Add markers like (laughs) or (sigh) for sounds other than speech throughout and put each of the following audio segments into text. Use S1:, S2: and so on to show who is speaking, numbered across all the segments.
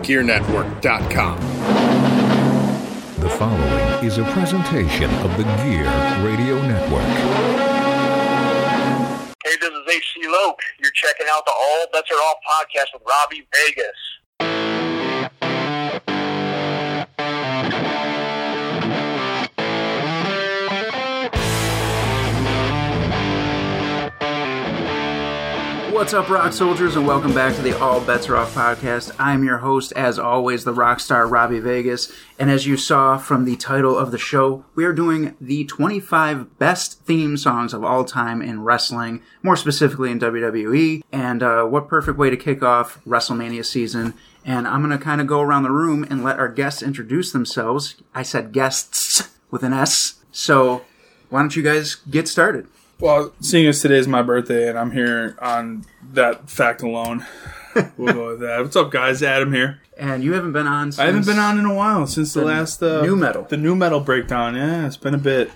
S1: GearNetwork.com.
S2: The following is a presentation of the Gear Radio Network.
S3: Hey, this is HC Loke. You're checking out the All Bets Are Off podcast with Robbie Vegas.
S4: What's up, rock soldiers, and welcome back to the All Bets Are Off podcast. I'm your host, as always, the rock star Robbie Vegas. And as you saw from the title of the show, we are doing the 25 best theme songs of all time in wrestling, more specifically in WWE. And uh, what perfect way to kick off WrestleMania season? And I'm going to kind of go around the room and let our guests introduce themselves. I said guests with an S. So why don't you guys get started?
S5: Well, seeing as today's my birthday and I'm here on that fact alone, we'll go with that. What's up, guys? Adam here.
S4: And you haven't been on. Since
S5: I haven't been on in a while since the, last uh,
S4: new metal.
S5: the new metal breakdown. Yeah, it's been a bit.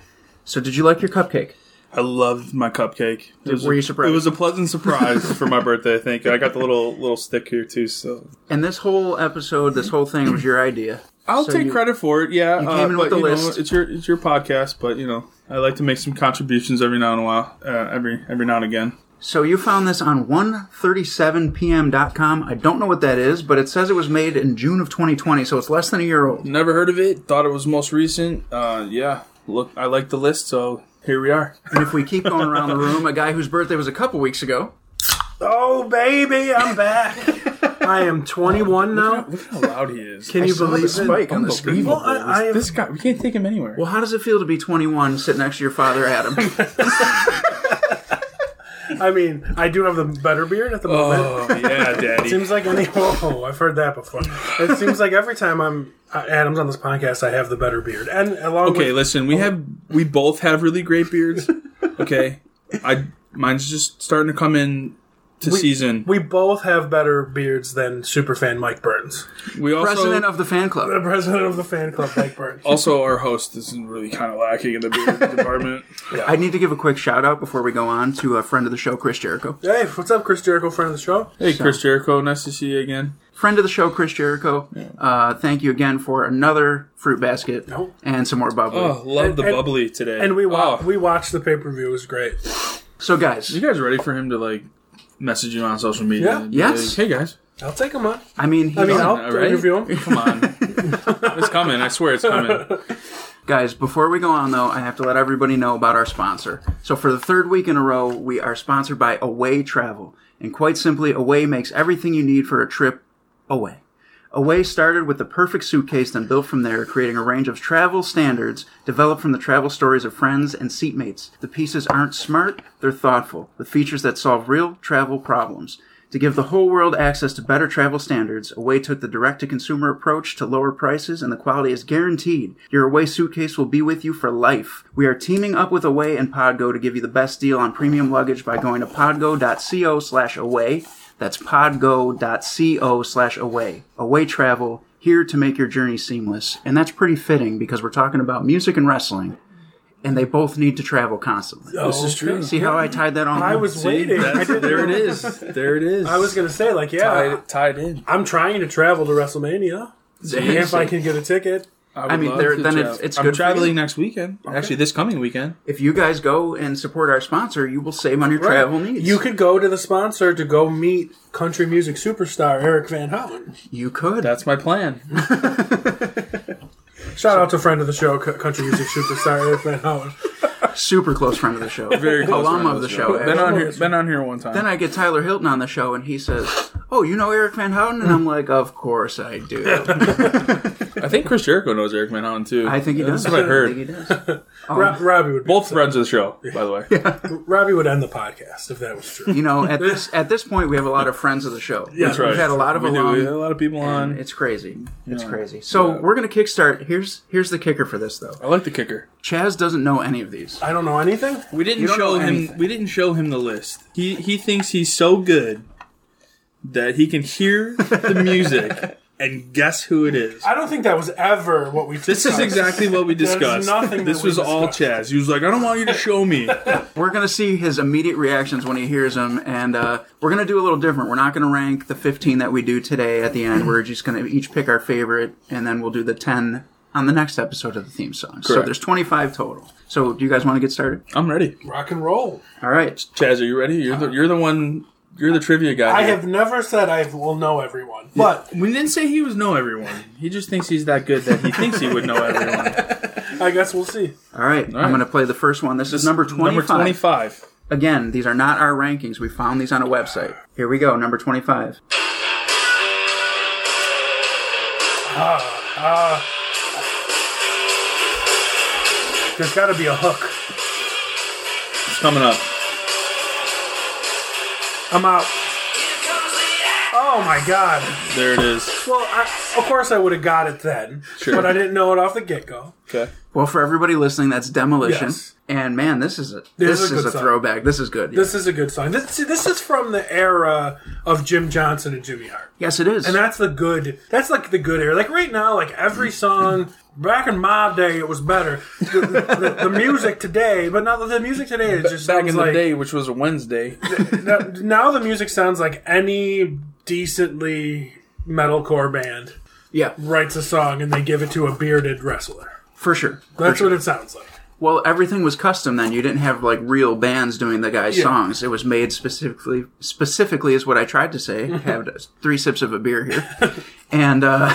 S4: So did you like your cupcake?
S5: I loved my cupcake. It was
S4: were
S5: a-
S4: you surprised?
S5: It was a pleasant surprise for my birthday. Thank you. I got the little little stick here too. So
S4: And this whole episode, this whole thing was your idea.
S5: I'll
S4: So
S5: take
S4: you-
S5: credit for it. Yeah, uh,
S4: you came in with
S5: but,
S4: the
S5: you know,
S4: list.
S5: it's your it's your podcast, but you know I like to make some contributions every now and a while. Uh, every every now and again.
S4: So you found this on 137pm.com. I don't know what that is, but it says it was made in June of 2020, so it's less than a year old.
S5: Never heard of it. Thought it was most recent. Uh, yeah, look, I like the list, so here we are.
S4: And if we keep going around the room, a guy whose birthday was a couple weeks ago. Oh, baby, I'm back.
S6: I am 21 now.
S5: Look how loud he is.
S6: Can you believe
S4: the
S6: it?
S4: spike on the screen.
S5: Unbelievable.
S6: Well, I- I am-
S5: this guy, we can't take him anywhere.
S4: Well, how does it feel to be 21 sitting next to your father, (laughs) Adam?
S6: I mean, I do have the better beard at the moment.
S5: Oh (laughs) yeah, Daddy.
S6: Seems like any. (laughs) Oh, I've heard that before. It seems like every time I'm uh, Adam's on this podcast, I have the better beard, and along
S5: okay,
S6: with
S5: listen, we have we both have really great (laughs) beards. Okay, I mine's just starting to come in to season.
S6: we both have better beards than superfan Mike Burns,
S5: We also
S4: President of the fan
S6: the
S4: club.
S6: president of the fan club, Mike Burns.
S5: (laughs) also our host is really kind of lacking in the (laughs) beard department.
S4: I need to give a quick shout out before we go on to a friend of the show, Chris Jericho.
S6: Hey, what's up, Chris Jericho, friend of the show?
S5: Hey, Chris Jericho, nice to see you again.
S4: friend of the show, Chris Jericho. Uh, thank you again for another fruit basket
S6: Nope.
S4: and some more bubbly.
S5: Oh, love the
S6: and-
S5: bubbly today.
S6: And we wa-
S5: Oh,
S6: we watched the pay per view. It was great.
S4: So, guys,
S5: you guys ready for him to like message you on social media?
S6: Yeah.
S5: and be
S4: Yes.
S5: like, hey guys.
S6: I'll take him on.
S4: I mean, he's,
S6: I mean, I'll
S5: All right.
S6: interview him.
S5: Come on. it's coming. I swear it's coming.
S4: guys. Before we go on, though, I have to let everybody know about our sponsor. So, for the third week in a row, we are sponsored by Away Travel, and quite simply, Away makes everything you need for a trip away. Away started with the perfect suitcase, then built from there, creating a range of travel standards developed from the travel stories of friends and seatmates. The pieces aren't smart, they're thoughtful, with features that solve real travel problems. To give the whole world access to better travel standards, Away took the direct to consumer approach to lower prices, and the quality is guaranteed. Your Away suitcase will be with you for life. We are teaming up with Away and Podgo to give you the best deal on premium luggage by going to podgo.co slash away. That's podgo.co slash away. Away travel, here to make your journey seamless. And that's pretty fitting because we're talking about music and wrestling, and they both need to travel constantly.
S6: This is true.
S4: See how I tied that on?
S6: I was waiting.
S5: Mm,
S6: I
S5: That's-
S6: didn't
S5: there it
S6: know.
S5: is. There it is.
S6: I was gonna say like, yeah,
S4: uh,
S5: tied, tied in.
S6: I'm trying to travel to WrestleMania. if I can get a ticket.
S5: would
S4: I mean,
S5: love
S4: there-
S5: to
S4: then
S5: tra-
S4: it's- it's
S5: I'm
S4: good for
S5: traveling
S4: you.
S5: next weekend. Actually, this coming weekend.
S4: If you guys go and support our sponsor, you will save on your travel needs.
S6: You could go to the sponsor to go meet country music superstar Eric Van Houten.
S4: You could.
S5: That's my plan.
S6: Shout out to friend of the show, cu- country music superstar Eric Van Houten.
S4: Super close friend of the show.
S5: (laughs) Very close
S4: Alum
S5: friend
S4: of the show.
S5: Been
S4: actually.
S5: on here. Been on here one time.
S4: Then I get Tyler Hilton on the show, and he says, "Oh, you know Eric Van Houten?" And I'm like, "Of course I
S5: (laughs)
S4: do."
S5: I think Chris Jericho knows Eric Van Houten too.
S4: I think he does.
S5: That's what I
S4: think (laughs) he
S5: heard.
S4: does.
S6: Ro- Robbie would
S5: Oh. Both friends of the show, by the way.
S6: Robbie would end the podcast if that was true.
S4: you know, at this at this point, we have a lot of friends of the show.
S5: That's right.
S4: We've had a lot of
S5: we do.
S4: alum.
S5: We had a lot of people on.
S4: It's crazy. It's crazy. So we're gonna kickstart. Here's here's the kicker for this though.
S5: I like the kicker.
S4: Chaz doesn't know any of these.
S6: I don't know anything.
S5: We didn't
S4: You don't
S5: show
S4: know
S5: him.
S4: anything.
S5: We didn't show him the list. He he thinks he's so good that he can hear
S6: (laughs)
S5: the music and guess who it is.
S6: I don't think that was ever what we.
S5: This is
S6: discussed.
S5: exactly what we
S6: There's
S5: discussed.
S6: nothing that
S5: this
S6: we
S5: was all Chaz.
S6: discussed.
S5: He was like, "I don't want you to show
S6: (laughs)
S5: me."
S4: We're gonna see his immediate reactions when he hears them, and uh, we're gonna do a little different. We're not gonna rank the 15 that we do today at the end. We're just gonna each pick our favorite, and then we'll do the 10 on the next episode of the theme song. So
S5: Correct.
S4: there's 25 total. So do you guys want to get started?
S5: I'm ready.
S6: rock and roll.
S4: All right.
S5: Chaz, are you ready? You're the you're the one. You're the trivia guy.
S6: I
S5: here.
S6: have never said I will know everyone, but
S5: We didn't say he was know everyone. He just thinks he's that good that he thinks he would know
S6: (laughs)
S5: everyone.
S6: I guess we'll see.
S4: All right.
S5: right.
S4: I'm gonna play the first one. This, is number 25.
S5: Number twenty-five.
S4: Again, these are not our rankings. We found these on a website. Here we go. Number 25.
S6: There's got to be a hook.
S5: It's coming up.
S6: I'm out. Oh my god.
S5: There it is.
S6: Well, I, of course I would have got it then,
S5: Sure.
S6: but I didn't know it off the get go.
S5: Okay.
S4: Well, for everybody listening, that's Demolition.
S6: Yes.
S4: And man, this is a
S6: This
S4: this,
S6: is a
S4: is
S6: good
S4: a
S6: song.
S4: throwback. This is good.
S6: This is a good song. This see, this is from the era of Jim Johnson and Jimmy Hart,
S4: yes, it is.
S6: and that's the good. That's like the good era. Like right now, like every song. Back in my day, it was better. The, the, the music today, but now the, the music today is just
S5: Back in
S6: sounds
S5: the
S6: like,
S5: day, which was a
S6: (laughs)
S5: Wednesday.
S6: now, now the music sounds like any decently metalcore band
S4: yeah,
S6: writes a song and they give it to a bearded wrestler.
S4: for sure.
S6: That's what it sounds like.
S4: Well, everything was custom then. You didn't have like real bands doing the guy's songs. It was made specifically. Specifically is what I tried to
S6: (laughs)
S4: say. Had three sips of a beer here, and uh,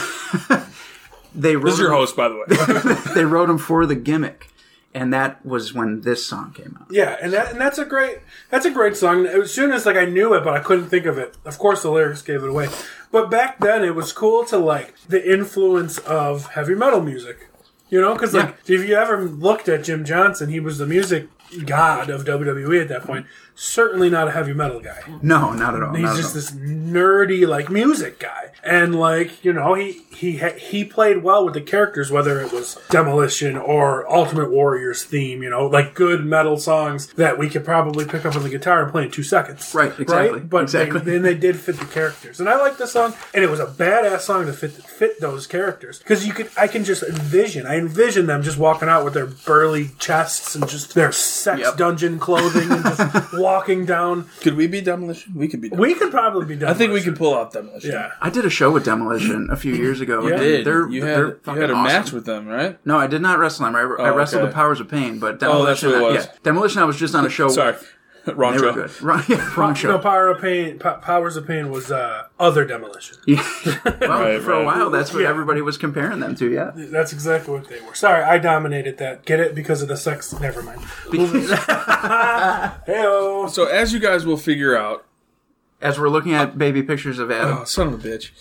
S4: (laughs) they wrote
S5: This is your host, by the
S6: (laughs)
S4: (laughs)
S5: way.
S4: they wrote them for the gimmick, and that was when this song came out.
S6: Yeah, and that and that's a great that's a great song. As soon as like I knew it, but I couldn't think of it. Of course, the lyrics gave it away. But back then, it was cool to like the influence of heavy metal music. You know, because like if you ever looked at Jim Johnson, he was the music god of WWE at that point. Certainly not a heavy metal guy.
S4: No, not at all.
S6: He's
S4: not at
S6: just
S4: all.
S6: this nerdy like music guy, and like you know he he ha- he played well with the characters, whether it was Demolition or Ultimate Warrior's theme. You know, like good metal songs that we could probably pick up on the guitar and play in two seconds.
S4: Right, exactly,
S6: But
S4: exactly.
S6: They, then they did fit the characters, and I like this song, and it was a badass song to fit fit those characters because you could I can just envision I envision them just walking out with their burly chests and just their sex
S4: Yep.
S6: dungeon clothing
S4: (laughs)
S6: and just walking down.
S5: could we be demolition? We could be. Demolition.
S6: We could probably be done.
S5: I think we could pull out demolition.
S6: Yeah.
S4: I did a show with Demolition a few years ago.
S6: You
S4: and
S5: Did
S4: They're,
S5: you
S4: they're
S5: had you
S4: fucking
S5: had a
S4: awesome.
S5: match with them, right?
S4: No, I did not wrestle them. I, I wrestled
S5: okay.
S4: the Powers of Pain, but
S5: Oh, that's
S4: Demolition.
S5: what
S4: I-
S5: it was.
S4: yeah, Demolition. I was just on a show.
S5: Sorry, wrong
S4: they were
S5: show.
S4: good. Wrong, (laughs) yeah, wrong show.
S6: No, Power of Pain. P- Powers of Pain was uh, other demolition.
S4: Yeah. well,
S5: Right,
S4: for a
S5: right.
S4: while, that's what
S6: Yeah.
S4: everybody was comparing them to.
S6: (laughs)
S4: Yeah.
S6: That's exactly what they were. Sorry, I dominated that. Get it because of the sex. Never mind. Heyo.
S5: So as you guys will figure out,
S4: (laughs) As we're looking at baby pictures of Adam,
S5: oh son of a bitch.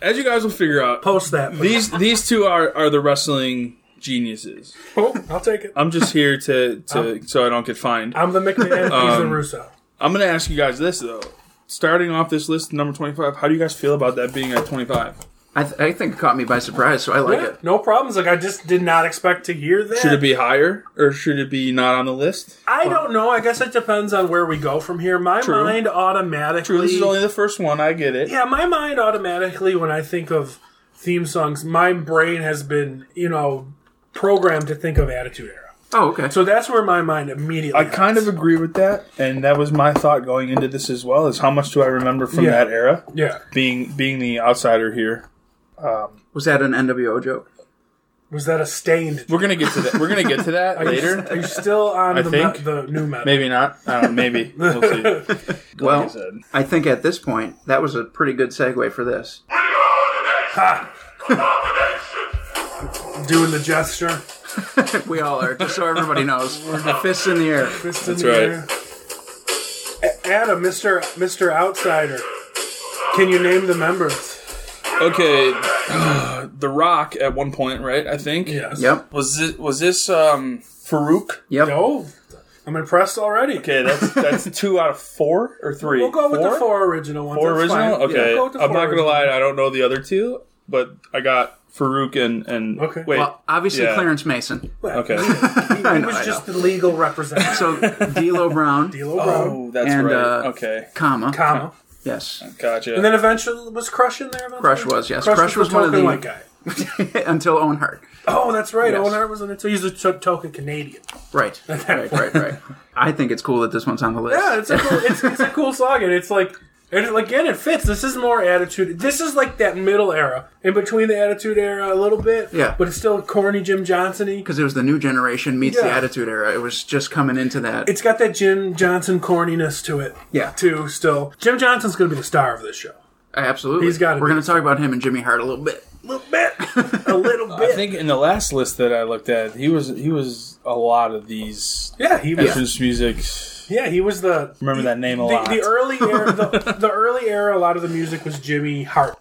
S4: (laughs)
S5: as you guys will figure out,
S6: Post that. please.
S5: these these two are are the wrestling geniuses.
S6: Oh, I'll take it.
S5: I'm just here to to so I don't get fined.
S6: I'm the McMahon. He's
S5: Um,
S6: the Russo.
S5: I'm gonna ask you guys this though. Starting off this list, number 25. How do you guys feel about that being at 25?
S4: I, th- I think it caught me by surprise, so I like
S6: Yeah,
S4: it.
S6: no problems. Like I just did not expect to hear that.
S5: Should it be higher or should it be not on the list?
S6: I don't know. I guess it depends on where we go from here. My
S5: True.
S6: mind automatically.
S5: True, this is only the first one. I get it.
S6: Yeah, my mind automatically when I think of theme songs, my brain has been, you know, programmed to think of Attitude Era.
S4: Oh, okay. So
S6: So that's where my mind immediately.
S5: I kind of agree with that, and that was my thought going into this as well. Is how much do I remember from
S6: Yeah.
S5: that era?
S6: yeah.
S5: Being being the outsider here,
S4: was that an NWO joke?
S6: Was that a stained?
S5: we're gonna get to that. We're gonna get to (laughs) that later.
S6: Are you still on
S5: I
S6: the, me-
S5: think.
S6: the new metal?
S5: Maybe not. I don't know, maybe. We'll see. (laughs)
S4: Well,
S5: said.
S4: I think at this point that was a pretty good segue for this. (laughs)
S6: doing the gesture.
S4: We all are, just so everybody knows. Fists in the air.
S6: Fist in
S5: That's
S6: the
S5: right.
S6: air. A- Adam, Mister Mister Outsider. Can you name the members?
S5: Okay, (sighs) The Rock at one point, right? I think.
S6: Yes.
S4: Yep.
S5: Was it was this um Farouk?
S4: Yep.
S6: No. I'm impressed already.
S5: Okay, that's that's two out of four or 3
S6: We'll go with the four original ones.
S5: Four
S6: that's
S5: original.
S6: fine. Yeah,
S5: Okay,
S6: we'll go with the
S5: I'm
S6: four
S5: not gonna
S6: original.
S5: lie, I don't know the other two, but I got Farouk and and
S6: Okay.
S5: wait.
S4: Well, obviously
S5: yeah.
S4: Clarence Mason.
S5: Okay.
S6: He, he was just the legal representative.
S4: So D'Lo Brown,
S6: D'Lo Brown,
S5: oh, that's
S4: And,
S5: right.
S4: uh,
S5: okay,
S4: comma,
S6: comma.
S4: yes, (laughs)
S5: gotcha.
S6: And then eventually was Crush in there. Eventually?
S4: Crush was, yes.
S6: Crush,
S4: Crush
S6: was,
S4: was
S6: the
S4: one of
S6: token
S4: the-
S6: white guy.
S4: until Owen Hart.
S6: Oh, that's right.
S4: Yes.
S6: Owen Hart was in it too. He's a to- token Canadian.
S4: Right, right, right, right. I think it's cool that this one's on the list.
S6: Yeah, it's a cool, it's, it's a cool song, and it's like, and it, again, it fits. This is more attitude. This is like that middle era, in between the attitude era a little bit.
S4: Yeah.
S6: but it's still corny Jim Johnsony.
S4: because it was the new generation meets the
S6: Yeah.
S4: Attitude Era. It was just coming into that.
S6: It's got that Jim Johnson corniness to it.
S4: Yeah.
S6: too. Still, Jim Johnson's going to be the star of this show.
S4: Absolutely,
S6: He's gotta
S4: We're
S6: be.
S4: going to talk about him and Jimmy Hart a little bit. (laughs)
S6: A little bit, a little bit.
S5: (laughs) I think in the last list that I looked at, he was he was a lot of these
S6: yeah, he was.
S5: entrance music.
S6: Yeah, he was the
S5: Remember that name a
S6: the,
S5: lot.
S6: the early era, the, the early era, a lot of the music was Jimmy Hart.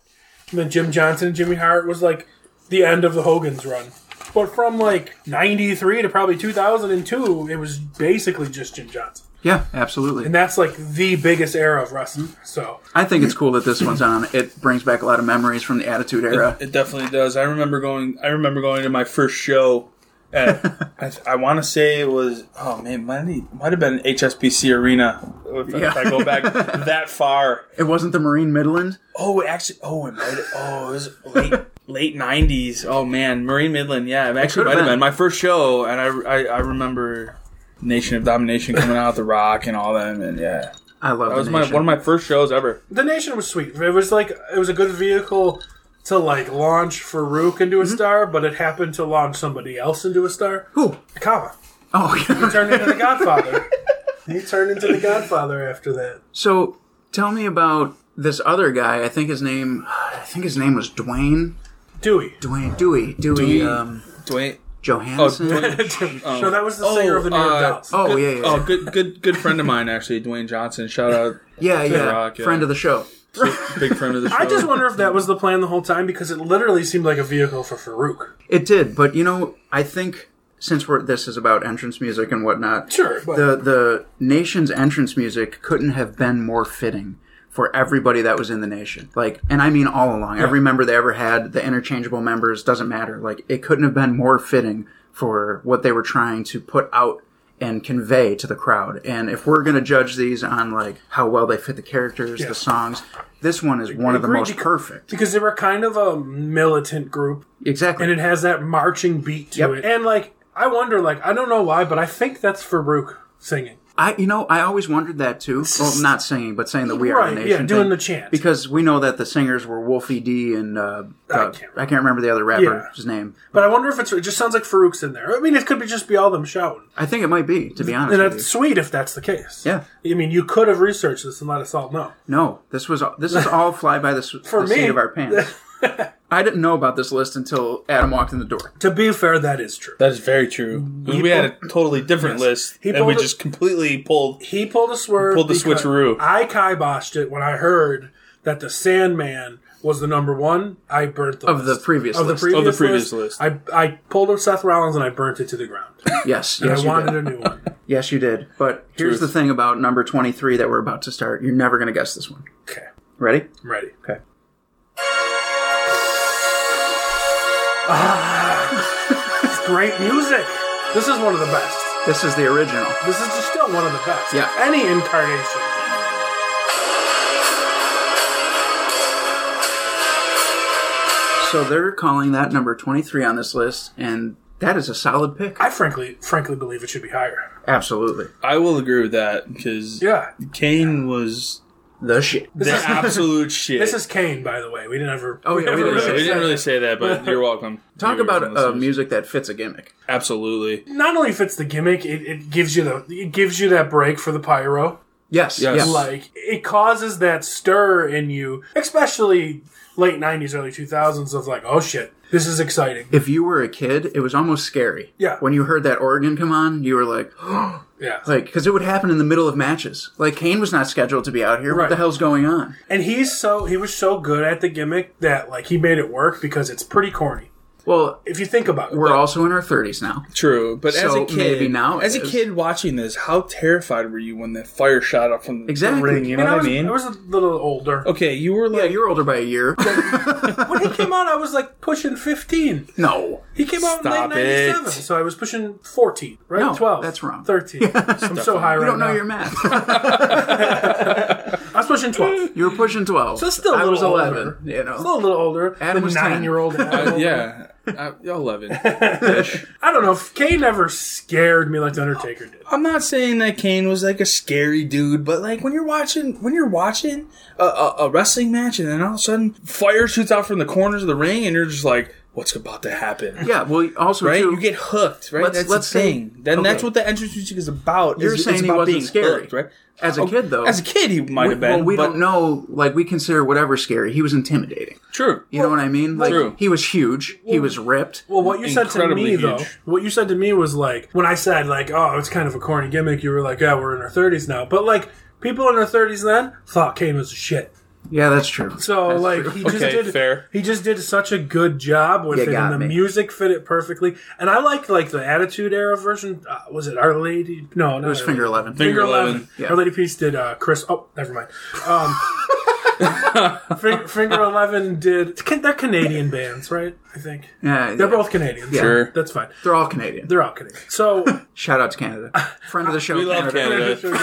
S6: And then Jim Johnson, Jimmy Hart was like the end of the Hogan's run. But from like '93 to probably 2002, it was basically just Jim Johnson,
S4: Yeah, absolutely.
S6: and that's like the biggest era of wrestling. So
S4: I think it's cool that this one's on. It brings back a lot of memories from the Attitude Era.
S5: It definitely does. I remember going. I remember going to my first show. At, (laughs) I, I want to say it was. Oh man, might have- might have been HSBC Arena. If, I- if I go back that far.
S4: It wasn't the Marine Midland.
S5: Oh, it actually. Oh, it might. Oh, it was late late nineties. Oh man, Marine Midland. Yeah, it actually
S4: could've
S5: might have
S4: been.
S5: been my first show, and I, I I remember Nation of Domination coming out, The Rock, and all that. And yeah,
S4: I love
S5: that was
S4: the
S5: my
S4: nation.
S5: one of my first shows ever.
S6: the Nation was sweet. It was like it was a good vehicle to like launch Farouk into
S5: Mm-hmm.
S6: a star, but it happened to launch somebody else into a star.
S4: Who?
S6: Kava
S4: Oh, (laughs)
S6: turned into
S5: (laughs)
S6: the Godfather. he turned into the Godfather after that.
S4: so tell me about this other guy. I think his name. I think his name was Dwayne.
S6: Dewey.
S4: Dwayne Dewey. Dewey.
S5: Dewey.
S4: Um,
S5: Dwayne. Oh,
S4: Johansson.
S5: (laughs) Dwayne.
S6: no, that was the singer of the New York
S5: uh,
S6: Dolls.
S4: Oh,
S5: good-
S4: yeah, yeah,
S5: Oh,
S4: yeah.
S5: good, good, good friend of mine actually, Dwayne Johnson. Shout out,
S4: yeah, yeah.
S5: Rock, yeah.
S4: Friend of the show.
S5: big friend of the show.
S6: I just wonder if that was the plan the whole time because it literally seemed like a vehicle for Farouk.
S4: It did, but you know, I think since we're this is about entrance music and whatnot,
S6: Sure, but-
S4: the the nation's entrance music couldn't have been more fitting for everybody that was in the nation. Like, and I mean all along, every member they ever had, the interchangeable members doesn't matter. Like, it couldn't have been more fitting for what they were trying to put out and convey to the crowd. And if we're gonna judge these on like how well they fit the characters,
S6: Yeah.
S4: the songs, this one is one of the
S6: Agreed,
S4: most
S6: because-
S4: perfect.
S6: Because they were kind of a militant group
S4: Exactly.
S6: and it has that marching beat to
S4: Yep.
S6: it. And like, I wonder, like, I don't know why, but I think that's Farouk singing.
S4: I, you know, I always wondered that too. Well, not singing, but saying that we are
S6: Right,
S4: the nation.
S6: yeah, doing
S4: thing.
S6: the chant.
S4: because we know that the singers were Wolfie D and uh, uh,
S6: can't
S4: I can't remember the other rapper's
S6: Yeah.
S4: name.
S6: But I wonder if it's, it just sounds like Farouk's in there. I mean, it could be just be all them shouting.
S4: I think it might be, to be honest.
S6: And
S4: With you.
S6: that's sweet if that's the case.
S4: Yeah.
S6: I mean, you could have researched this and let us all know.
S4: No, this was this is
S6: (laughs)
S4: all fly by the, s-
S6: For
S4: the seat
S6: me-
S4: of our
S6: (laughs)
S4: pants. I didn't know about this list until Adam walked in the door.
S6: To be fair, that is true.
S5: that is very true. we had a totally different list,
S6: He
S5: and we
S6: pulled a-
S5: just completely pulled.
S6: He pulled a swerve.
S5: Pulled the
S6: because
S5: switcheroo.
S6: I kiboshed it when I heard that the Sandman was the number one. I burnt the
S4: Of the
S6: list.
S4: previous
S6: of the
S4: list.
S6: previous,
S5: Of the previous list.
S6: I I pulled up Seth Rollins and I burnt it to the ground.
S4: Yes,
S6: And
S4: yes,
S6: I
S4: you
S6: wanted
S4: did.
S6: a new one.
S4: Yes, you did. But here's the
S5: Truth.
S4: thing about number twenty-three that we're about to start. You're never going to guess this one.
S6: Okay,
S4: Ready?
S6: I'm ready.
S4: Okay.
S6: Ah. It's great music. This is one of the best.
S4: This is the original.
S6: This is just still one of the best.
S4: Yeah.
S6: Any incarnation.
S4: So they're calling that number twenty-three on this list, and that is a solid pick.
S6: I frankly, frankly believe it should be higher.
S4: Absolutely.
S5: I will agree with that because
S6: Yeah.
S5: Kane was
S4: The shit.
S5: the
S4: (laughs)
S5: absolute shit.
S6: This is Kane, by the way. We didn't ever.
S4: Oh, yeah, we
S6: never
S4: didn't
S5: we
S4: say
S5: didn't
S6: said
S5: really
S6: that.
S5: say that, but you're welcome.
S4: (laughs) Talk
S5: You're
S4: about
S5: welcome,
S4: uh,
S5: listeners.
S4: music that fits a gimmick.
S5: Absolutely.
S6: Not only fits the gimmick, it, it gives you the it gives you that break for the pyro.
S4: Yes, yes.
S5: Yes.
S6: like it causes that stir in you especially late '90s, early 2000s of like, oh shit, this is exciting.
S4: If you were a kid, it was almost scary.
S6: Yeah.
S4: When you heard that organ come on, you were like, (gasps)
S6: Yeah,
S4: like, because it would happen in the middle of matches. Like Kane was not scheduled to be out here. What
S6: Right.
S4: the hell's going on?
S6: and he's so he was so good at the gimmick that like he made it work because it's pretty corny
S4: Well,
S6: if you think about it.
S4: we're also in our thirties now.
S5: True, but as
S4: So,
S5: a kid,
S4: maybe now
S5: as a
S4: it is.
S5: kid watching this, how terrified were you when that fire shot up from the,
S4: Exactly.
S5: the ring? You
S4: I
S5: know
S6: And
S5: what
S6: I was,
S5: I mean?
S6: I was a little
S4: (laughs)
S6: older.
S5: okay, you were
S4: Yeah,
S5: like,
S4: you're older by a
S6: (laughs)
S4: year.
S6: When he came out, I was like pushing 15.
S4: no.
S6: He came out
S5: Stop
S6: in late
S5: it.
S6: 97, so I was pushing 14, right?
S4: No,
S6: 12.
S4: that's wrong.
S6: 13.
S4: (laughs)
S6: I'm so high
S4: You
S6: right
S4: don't know
S6: now.
S4: your math.
S6: I was pushing 12.
S4: you were pushing twelve.
S6: (laughs) So it's still a
S4: I
S6: little
S4: was eleven.
S6: older.
S4: You
S6: Still a
S4: know.
S6: little older
S4: Adam
S6: than
S4: was 10.
S6: nine-year-old
S4: (laughs)
S5: (laughs)
S6: Adam.
S5: yeah, uh, I, eleven.
S6: I don't know. if Kane never scared me like The Undertaker did.
S5: I'm not saying that Kane was like a scary dude, but like when you're watching when you're watching a, a, a wrestling match and then all of a sudden fire shoots out from the corners of the ring and you're just like, what's about to happen?
S4: Yeah. Well, also
S5: Right,
S4: too,
S5: you get hooked. Right,
S4: Let's-
S5: that's
S4: let's
S5: the
S4: say-
S5: thing. then that's
S4: okay.
S5: what the entrance music is about.
S4: You're
S5: is- it's
S4: saying he
S5: about
S4: wasn't
S5: being
S4: scary.
S5: hooked, right?
S4: As a
S5: Oh,
S4: kid, though,
S5: as a kid, he might
S4: we,
S5: have been.
S4: well, we
S5: but-
S4: don't know. Like we consider whatever scary. He was intimidating.
S5: True.
S4: You know what I mean? Like
S5: True.
S4: he was huge. he was ripped.
S6: Well, what you said to me
S5: Incredibly
S6: though,
S5: huge.
S6: what you said to me was like when I said like, "Oh, it's kind of a corny gimmick." You were like, "Yeah, we're in our thirties now," but like people in their thirties then thought Kane was a shit.
S4: yeah, that's true.
S6: So like he just
S5: Okay,
S6: did
S5: fair.
S6: he just did such a good job with
S4: You
S6: it,
S4: got
S6: and the
S4: me.
S6: music fit it perfectly. And I liked like the Attitude Era version. Uh, was it Our Lady? No, no,
S4: it was finger eleven.
S6: Finger Eleven.
S4: yeah.
S6: Our Lady Peace did uh, Chris. Oh, never mind. Um, (laughs) Finger, Finger Eleven did. They're Canadian bands, right? I think
S4: Yeah,
S6: they're
S4: yeah.
S6: both Canadians.
S4: Yeah.
S5: Sure.
S6: that's fine.
S4: They're all Canadian.
S6: They're all Canadian. So (laughs)
S4: Shout out to Canada.
S5: (laughs)
S4: Friend of the show.
S5: We love Canada, friend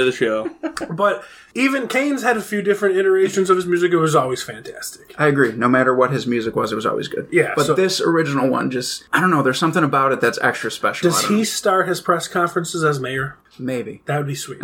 S5: of the
S4: (laughs)
S5: show.
S6: But even Kane's had a few different iterations of his music. It was always fantastic.
S4: I agree. No matter what his music was, it was always good.
S6: Yeah,
S4: But
S6: so-
S4: this original one just I don't know, there's something about it that's extra special. I
S6: Does
S4: don't
S6: he
S4: know.
S6: start his press conferences as mayor?
S4: maybe.
S6: That would
S4: (laughs)
S6: be sweet.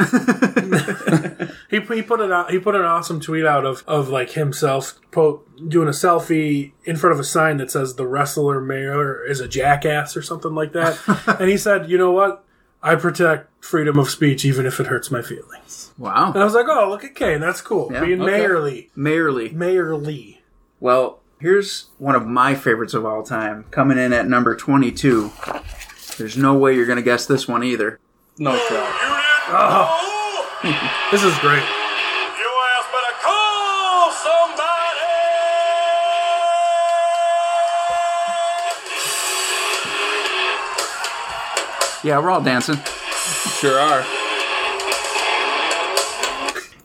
S6: he, he put an au- he put an awesome tweet out of of like himself po- doing a selfie in front of a sign that says the wrestler mayor is a jackass or something
S4: (laughs)
S6: like that. and he said, you know what? I protect freedom of speech even if it hurts my feelings. And I
S5: Uh,
S4: Wow.
S6: was like, oh, look at Kane. That's cool.
S4: Yeah,
S6: Being
S4: okay.
S6: mayorly.
S4: Mayorly.
S6: Mayorly.
S4: Well, here's one of my favorites of all time. Coming in at number twenty two. There's no way you're gonna guess this one either.
S5: No shot.
S6: This is great.
S3: You ass better call somebody.
S4: Yeah, we're all dancing.
S5: Sure are.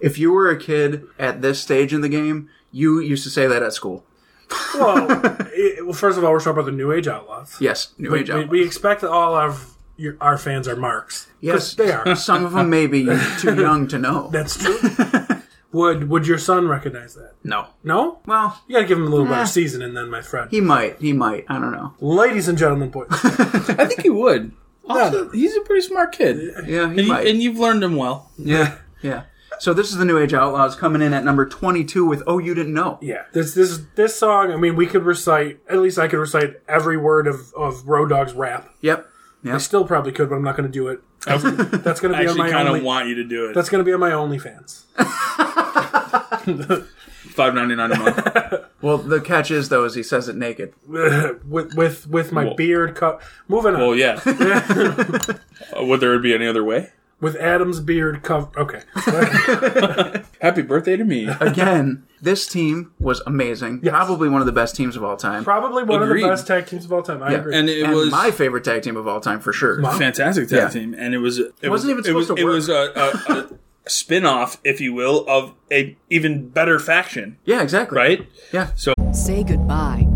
S4: If you were a kid at this stage in the game, you used to say that at school.
S6: well, it, well, first of all, we're talking about the New Age Outlaws.
S4: Yes, New
S6: we,
S4: Age
S6: we,
S4: Outlaws.
S6: we expect that all of your, our fans are marks. 'Cause
S4: yes, (laughs)
S6: they are.
S4: Some of them may
S6: (laughs)
S4: be too young to know.
S6: That's true. (laughs) would Would your son recognize that?
S4: No.
S6: No.
S4: Well,
S6: You gotta give him a little better seasoning than my friend.
S4: he might. He might. I don't know.
S6: Ladies and gentlemen,
S5: (laughs)
S6: boys.
S5: I think he would. Also, he's a pretty smart kid,
S4: Yeah, he
S5: and, you,
S4: might.
S5: and you've learned him well.
S4: Yeah, yeah. So this is the New Age Outlaws coming in at number 22 with "Oh You Didn't Know."
S6: yeah. This this this song. I mean, we could recite. At least I could recite every word of of Road Dogg's rap.
S4: Yep.
S6: I still probably could, but I'm not gonna
S5: (laughs)
S6: do it. That's gonna be on my
S5: actually kind
S6: only.
S5: of want you to do it.
S6: that's gonna be on my OnlyFans. (laughs)
S5: five ninety nine
S4: (laughs)
S5: a month.
S4: Well, the catch is though, is he says it naked.
S6: with with with my
S5: Well-
S6: beard cut. Moving on.
S5: well, yeah. Uh, would there be any other way?
S6: with Adam's beard covered. Okay, (laughs)
S5: Happy birthday
S4: (laughs)
S5: to me.
S6: (laughs)
S4: Again, this team was amazing.
S6: Yes.
S4: Probably one of the best teams of all time.
S6: probably one
S5: Agreed.
S6: of the best tag teams of all time. I
S4: Yeah.
S6: agree.
S5: And it
S4: and
S5: was
S4: my favorite tag team of all time for sure.
S5: fantastic tag
S4: Yeah.
S5: team, and it was it wasn't
S4: even
S5: it was,
S4: supposed to
S5: it was a, a, a spin-off, if you will, of a even better faction,
S4: Yeah, exactly.
S5: right?
S4: Yeah.
S7: Say goodbye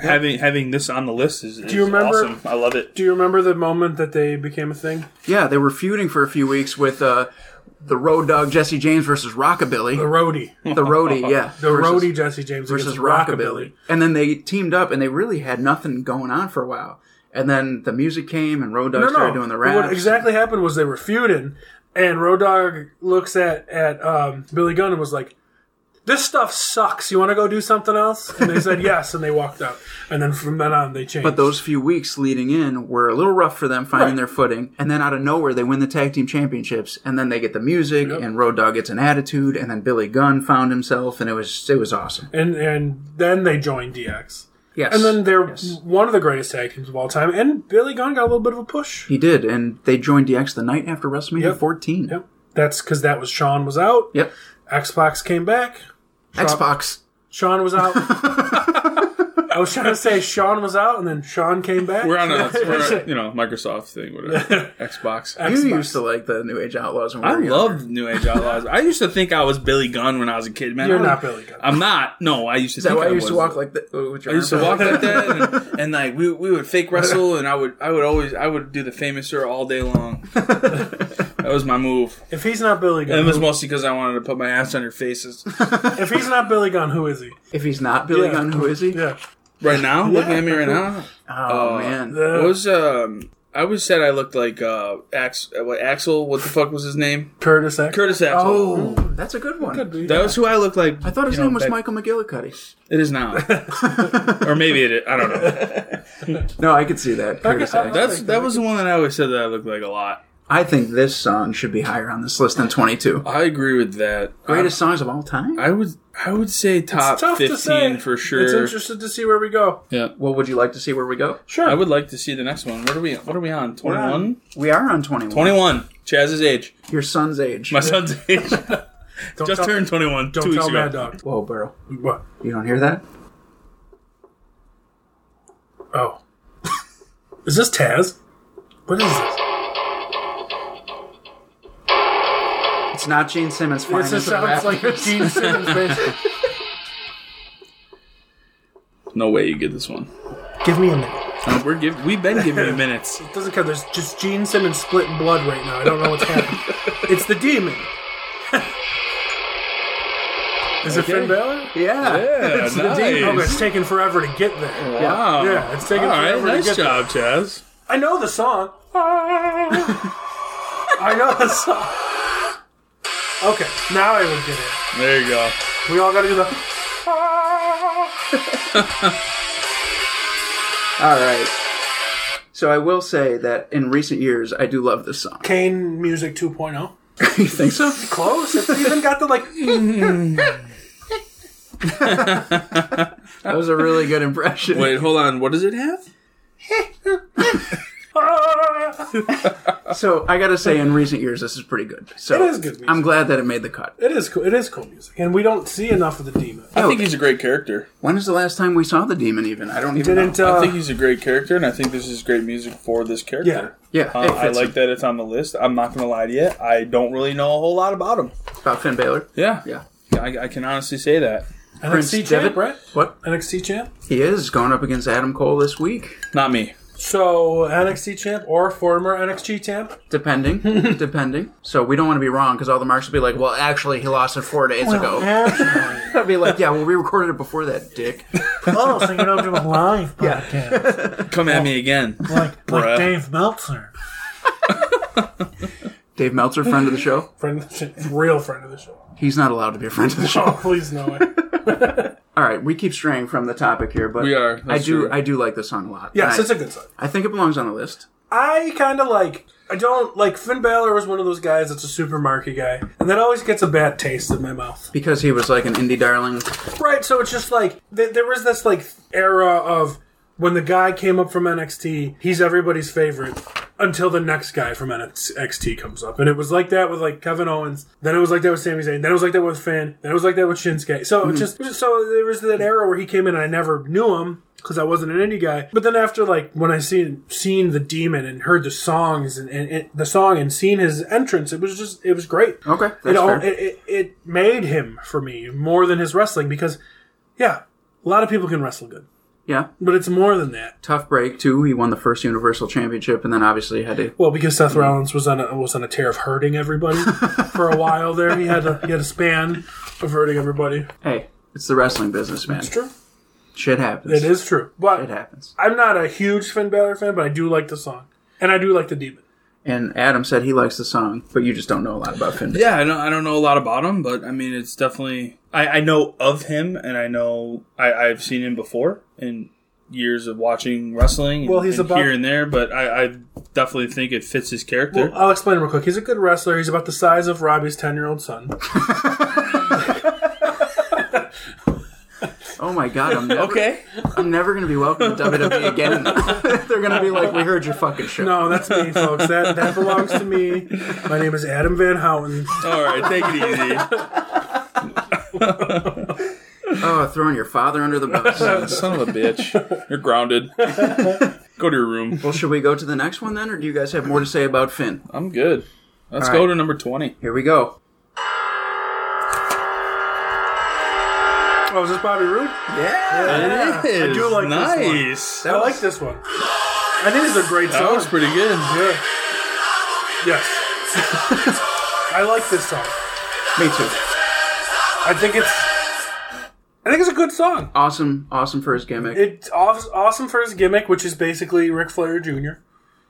S5: having having this on the list is, is
S6: Do you remember-
S5: awesome. I love it.
S6: Do you remember the moment that they became a thing?
S4: Yeah, they were feuding for a few weeks with uh, the Road Dog Jesse James versus
S6: The
S4: Rockabilly,
S6: roadie. The
S4: the
S6: (laughs)
S4: Roadie. Yeah, versus-
S6: roadie Jesse James
S4: versus
S6: against
S4: Rockabilly. And then they teamed up, and they really had nothing going on for a while. And then the music came, and Road Dogg
S6: No, no.
S4: started doing the raps.
S6: What exactly happened was they were feuding, and Road Dogg looks at at um, Billy Gunn and was like, "This stuff sucks. You want to go do something else?" And they said (laughs) yes, and they walked out. And then from then on, they changed.
S4: But those few weeks leading in were a little rough for them finding
S6: Right.
S4: their footing. And then out of nowhere, they win the tag team championships, and then they get the music, and Road Dogg gets an attitude, and then Billy Gunn found himself, and it was it was awesome.
S6: and and then they joined DX,
S4: Yes,
S6: and then they're
S4: Yes.
S6: one of the greatest tag teams of all time. And Billy Gunn got a little bit of a push.
S4: He did, and they joined DX the night after WrestleMania
S6: Yep.
S4: 14.
S6: Yep, that's because that was Sean was out.
S4: Yep.
S6: Xbox came back.
S4: Xbox.
S6: Sean was out. I was trying to say Sean was out, and then Sean came back.
S5: We're on
S4: (laughs)
S5: a,
S6: (laughs)
S5: we're on a, you know Microsoft thing, whatever Xbox. I,
S4: You used to like the New Age Outlaws. When we were younger.
S5: love New Age Outlaws. I used to think I was Billy Gunn when I was a kid. Man,
S6: You're
S5: I'm-
S6: not Billy Gunn.
S5: I'm not. No, I used to.
S4: Is that
S5: think
S4: why
S5: I
S4: you used to
S5: was.
S4: walk like that? With your
S5: I used to
S4: arms
S5: walk
S4: out?
S5: like that, and, and like we, we would fake wrestle, and I would I would always I would do the famouser all day
S4: (laughs)
S5: long. that was my move.
S6: If he's not Billy
S5: And it
S6: Gunn,
S5: was mostly because I wanted to put my ass on your faces.
S6: if he's not Billy Gunn, who is he?
S4: (laughs) If he's not Billy
S6: Yeah.
S4: Gunn, who is he?
S6: Yeah,
S5: Right
S4: (laughs)
S5: now, looking at me right now,
S4: Oh, man.
S6: the-
S5: what was um. I always said I looked like uh, Ax- uh, what, Axel. What the fuck was his name?
S6: Curtis Axel.
S5: Curtis Axel.
S4: oh, that's a good one.
S5: that was who I looked like.
S4: I thought his
S5: you know,
S4: name was
S5: back-
S4: Michael McGillicuddy.
S5: It is
S4: (laughs)
S5: now, or maybe it. Is, I don't know.
S4: No, I could see that. Curtis Axel.
S5: That's that was the one that I always said that I looked like a lot.
S4: I think this song should be higher on this list than 22.
S5: I agree with that.
S4: Greatest songs of all time?
S5: Uh, I would I would say top
S6: It's tough to say.
S5: fifteen for
S6: It's
S5: sure.
S6: interested to see where we go.
S4: What would you like to see where we go?
S6: Sure.
S5: I would like to see the next one. What are we? What are we on? Twenty one.
S4: We are on 21.
S5: Twenty one. Chaz's age.
S4: Your son's age.
S5: My
S6: (laughs)
S5: son's age.
S6: Don't
S5: Just
S6: tell-
S5: turned twenty one
S6: Don't
S5: two weeks
S6: tell
S5: ago.
S6: Mad Dog.
S4: Whoa, Burl.
S6: What?
S4: You don't hear that?
S6: Oh, (laughs) is this Taz? What is this?
S4: It's not Gene Simmons flying
S6: This just
S4: into the
S6: sounds like
S4: (laughs) rafters.
S6: Gene Simmons. basically.
S5: No way you get this one.
S6: Give me a minute.
S5: Uh, we're give, we've been giving
S6: (laughs)
S5: you minutes.
S6: It doesn't count. There's just Gene Simmons splitting blood right now. I don't know what's happening. it's the (laughs) demon. is it Finn Balor?
S4: yeah.
S5: Yeah,
S4: It's the Dean-
S6: Oh, but
S5: nice.
S6: it's taking forever to get there.
S5: Wow.
S6: Yeah, it's taking
S5: All right,
S6: forever to
S5: nice
S6: get there.
S5: job, Chaz.
S6: I know the (laughs) song. I know the song. Okay, now I would get it.
S5: There you go.
S6: We all gotta do the.
S4: All right. So I will say that in recent years, I do love this song.
S6: Kane Music oh. 2.0.
S4: you think so?
S6: Close. It's even got the like. (laughs)
S4: That was a really good impression.
S5: Wait, hold on. What does it have?
S4: So I gotta say, in recent years, this is pretty good. So
S6: It is good music.
S4: I'm glad that it made the cut.
S6: It is cool. It is cool music, and we don't see enough of the demon.
S5: I think he's a great character.
S4: When is the last time we saw the demon? Even I don't even
S6: Didn't
S4: know.
S6: uh,
S5: I think he's a great character, and I think this is great music for this character.
S4: Yeah,
S5: Uh,
S4: it
S5: I
S4: fits
S5: like that it's on the list. I'm not going to lie to you. I don't really know a whole lot about him.
S4: about Finn Balor.
S5: Yeah.
S4: Yeah.
S5: I, I can honestly say that.
S6: NXT champ,
S4: Devitt-
S6: right?
S4: What
S6: NXT champ.
S4: he is going up against Adam Cole this week.
S5: Not me.
S6: So NXT champ or former NXT champ?
S4: Depending, depending. So we don't want to be wrong because all the marks will be like, well, actually, he lost it four days ago. I'll be like, (laughs) yeah, well, we recorded it before that, dick.
S6: oh, so you don't do a live podcast
S5: Come at me (laughs) again.
S6: like,
S5: Bruh.
S6: like Dave Meltzer,
S4: Dave Meltzer, friend of the show.
S6: friend of the show, real friend of the show.
S4: He's not allowed to be a friend of the show.
S6: (laughs) Oh, please no way.
S4: All right, we keep straying from the topic here, but
S5: We are,
S4: I
S5: that's
S4: do,
S5: true.
S4: I do like this song a lot. And
S6: Yes,
S4: I,
S6: it's a good song.
S4: I think it belongs on the list.
S6: I kind of like. I don't like Finn Balor was one of those guys that's a supermarket guy, and that always gets a bad taste in my mouth.
S4: Because he was like an indie darling.
S6: Right, so it's just like th- there was this like era of when the guy came up from NXT, he's everybody's favorite until the next guy from NXT comes up, and it was like that with like Kevin Owens. Then it was like that with Sami Zayn. Then it was like that with Finn. Then it was like that with Shinsuke. So
S4: Mm-hmm.
S6: it just so there was that era where he came in and I never knew him. Because I wasn't an indie guy, but then after like when I seen seen the demon and heard the songs and, and, and the song and seen his entrance, it was just it was great
S4: Okay,
S6: it,
S4: that's
S6: all,
S4: fair.
S6: it, it it made him for me more than his wrestling because yeah a lot of people can wrestle good
S4: yeah,
S6: but it's more than that
S4: tough break too. He won the first Universal Championship, and then obviously had to.
S6: well because Seth Rollins was on a, was on a tear of hurting (laughs) everybody for a while there he had a, he had a span of hurting everybody
S4: Hey, it's the wrestling business, man.
S6: it's true
S4: Shit happens.
S6: it is true
S4: It
S6: but
S4: happens.
S6: I'm not a huge Finn Balor fan but I do like the song and I do like the demon
S4: And Adam said he likes the song, but you just don't know a lot about Finn.
S5: Yeah, I don't, I don't know a lot about him, but I mean, it's definitely I, I know of him, and I know I, I've seen him before in years of watching wrestling.
S6: Well,
S5: and,
S6: he's
S5: and
S6: about-
S5: here and there, but I, I definitely think it fits his character.
S6: Well, I'll explain real quick. He's a good wrestler. He's about the size of Robbie's ten-year-old son.
S4: Oh my god, I'm
S6: uh,
S4: never, I'm never gonna be welcome to WWE
S5: (laughs)
S4: again. (laughs) They're gonna be like, we heard your fucking show.
S6: No, that's me, folks. That that belongs to me. My name is Adam Van Houten.
S5: All right, take it easy.
S4: Oh, throwing your father under the
S5: (laughs)
S4: bus.
S5: Son of a bitch, you're
S6: (laughs)
S5: grounded. Go to your room.
S4: well, should we go to the next one then, or do you guys have more to say about Finn?
S5: I'm good. Let's
S4: All
S5: go
S4: right.
S5: to number twenty.
S4: Here we go.
S6: (laughs) Oh, is this Bobby Roode?
S5: It is.
S6: I do like this one.
S5: nice.
S6: I like this one. I think it's a great
S5: That
S6: song.
S5: was pretty good.
S6: Yeah.
S5: (laughs)
S6: Yes. I like this song.
S4: Me too.
S6: I think it's. I think it's a good song.
S4: Awesome, awesome for his gimmick.
S6: It's aw- awesome for his gimmick, which is basically Ric Flair Jr.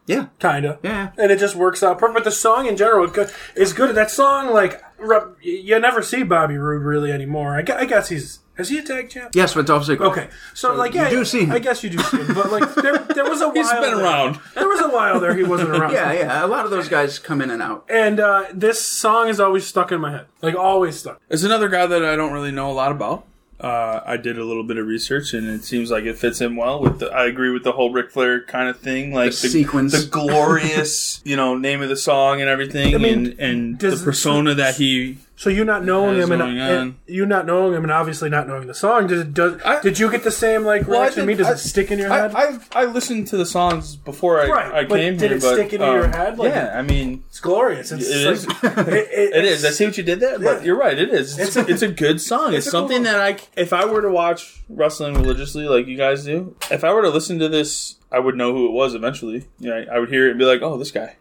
S4: yeah,
S6: Kinda.
S4: Yeah.
S6: And it just works out perfect. But the song in general is good. Is good. That song, like, rep- you never see Bobby Roode really anymore. I gu- I guess he's. Is he a tag champ?
S4: yes, with Dolph Ziggler.
S6: Okay, so, like yeah,
S4: you do see him.
S6: I guess you do see him, but like there, there was
S4: (laughs)
S6: a while.
S5: He's been
S6: there-
S5: around.
S6: There was a while there he wasn't around.
S4: Yeah, yeah. A lot of those guys come in and out.
S6: And uh, this song is always stuck in my head, like always stuck.
S5: There's another guy that I don't really know a lot about. Uh, I did a little bit of research, and it seems like it fits in well with. The, I agree with the whole Ric Flair kind of thing, like
S4: The sequence.
S5: the glorious,
S6: (laughs)
S5: you know, name of the song and everything,
S6: mean,
S5: and, and
S6: does-
S5: the persona that he.
S6: So you not knowing
S5: What is
S6: him, and,
S5: going
S6: and
S5: on?
S6: you not knowing him, and obviously not knowing the song. Did it, does,
S5: I-
S6: did you get the same like reaction? to me, does it stick in your
S5: I,
S6: head?
S5: I've I listened to the songs before I,
S6: Right,
S5: I
S6: but
S5: came
S6: did
S5: here,
S6: it
S5: but, um,
S6: stick into your head? Like-
S5: yeah, I mean,
S6: it's glorious. It's
S5: It
S6: like,
S5: is. (laughs)
S6: it- it-
S5: It is. I see what you did there, but
S6: Yeah.
S5: you're right. It is. It's,
S6: It's
S5: it's,
S6: a-
S5: a, good song. It's,
S6: a cool
S5: something
S6: song.
S5: that I, c- if I were to watch wrestling religiously like you guys do, if I were to listen to this, I would know who it was eventually. You know, I would hear it and be like, "Oh, this guy."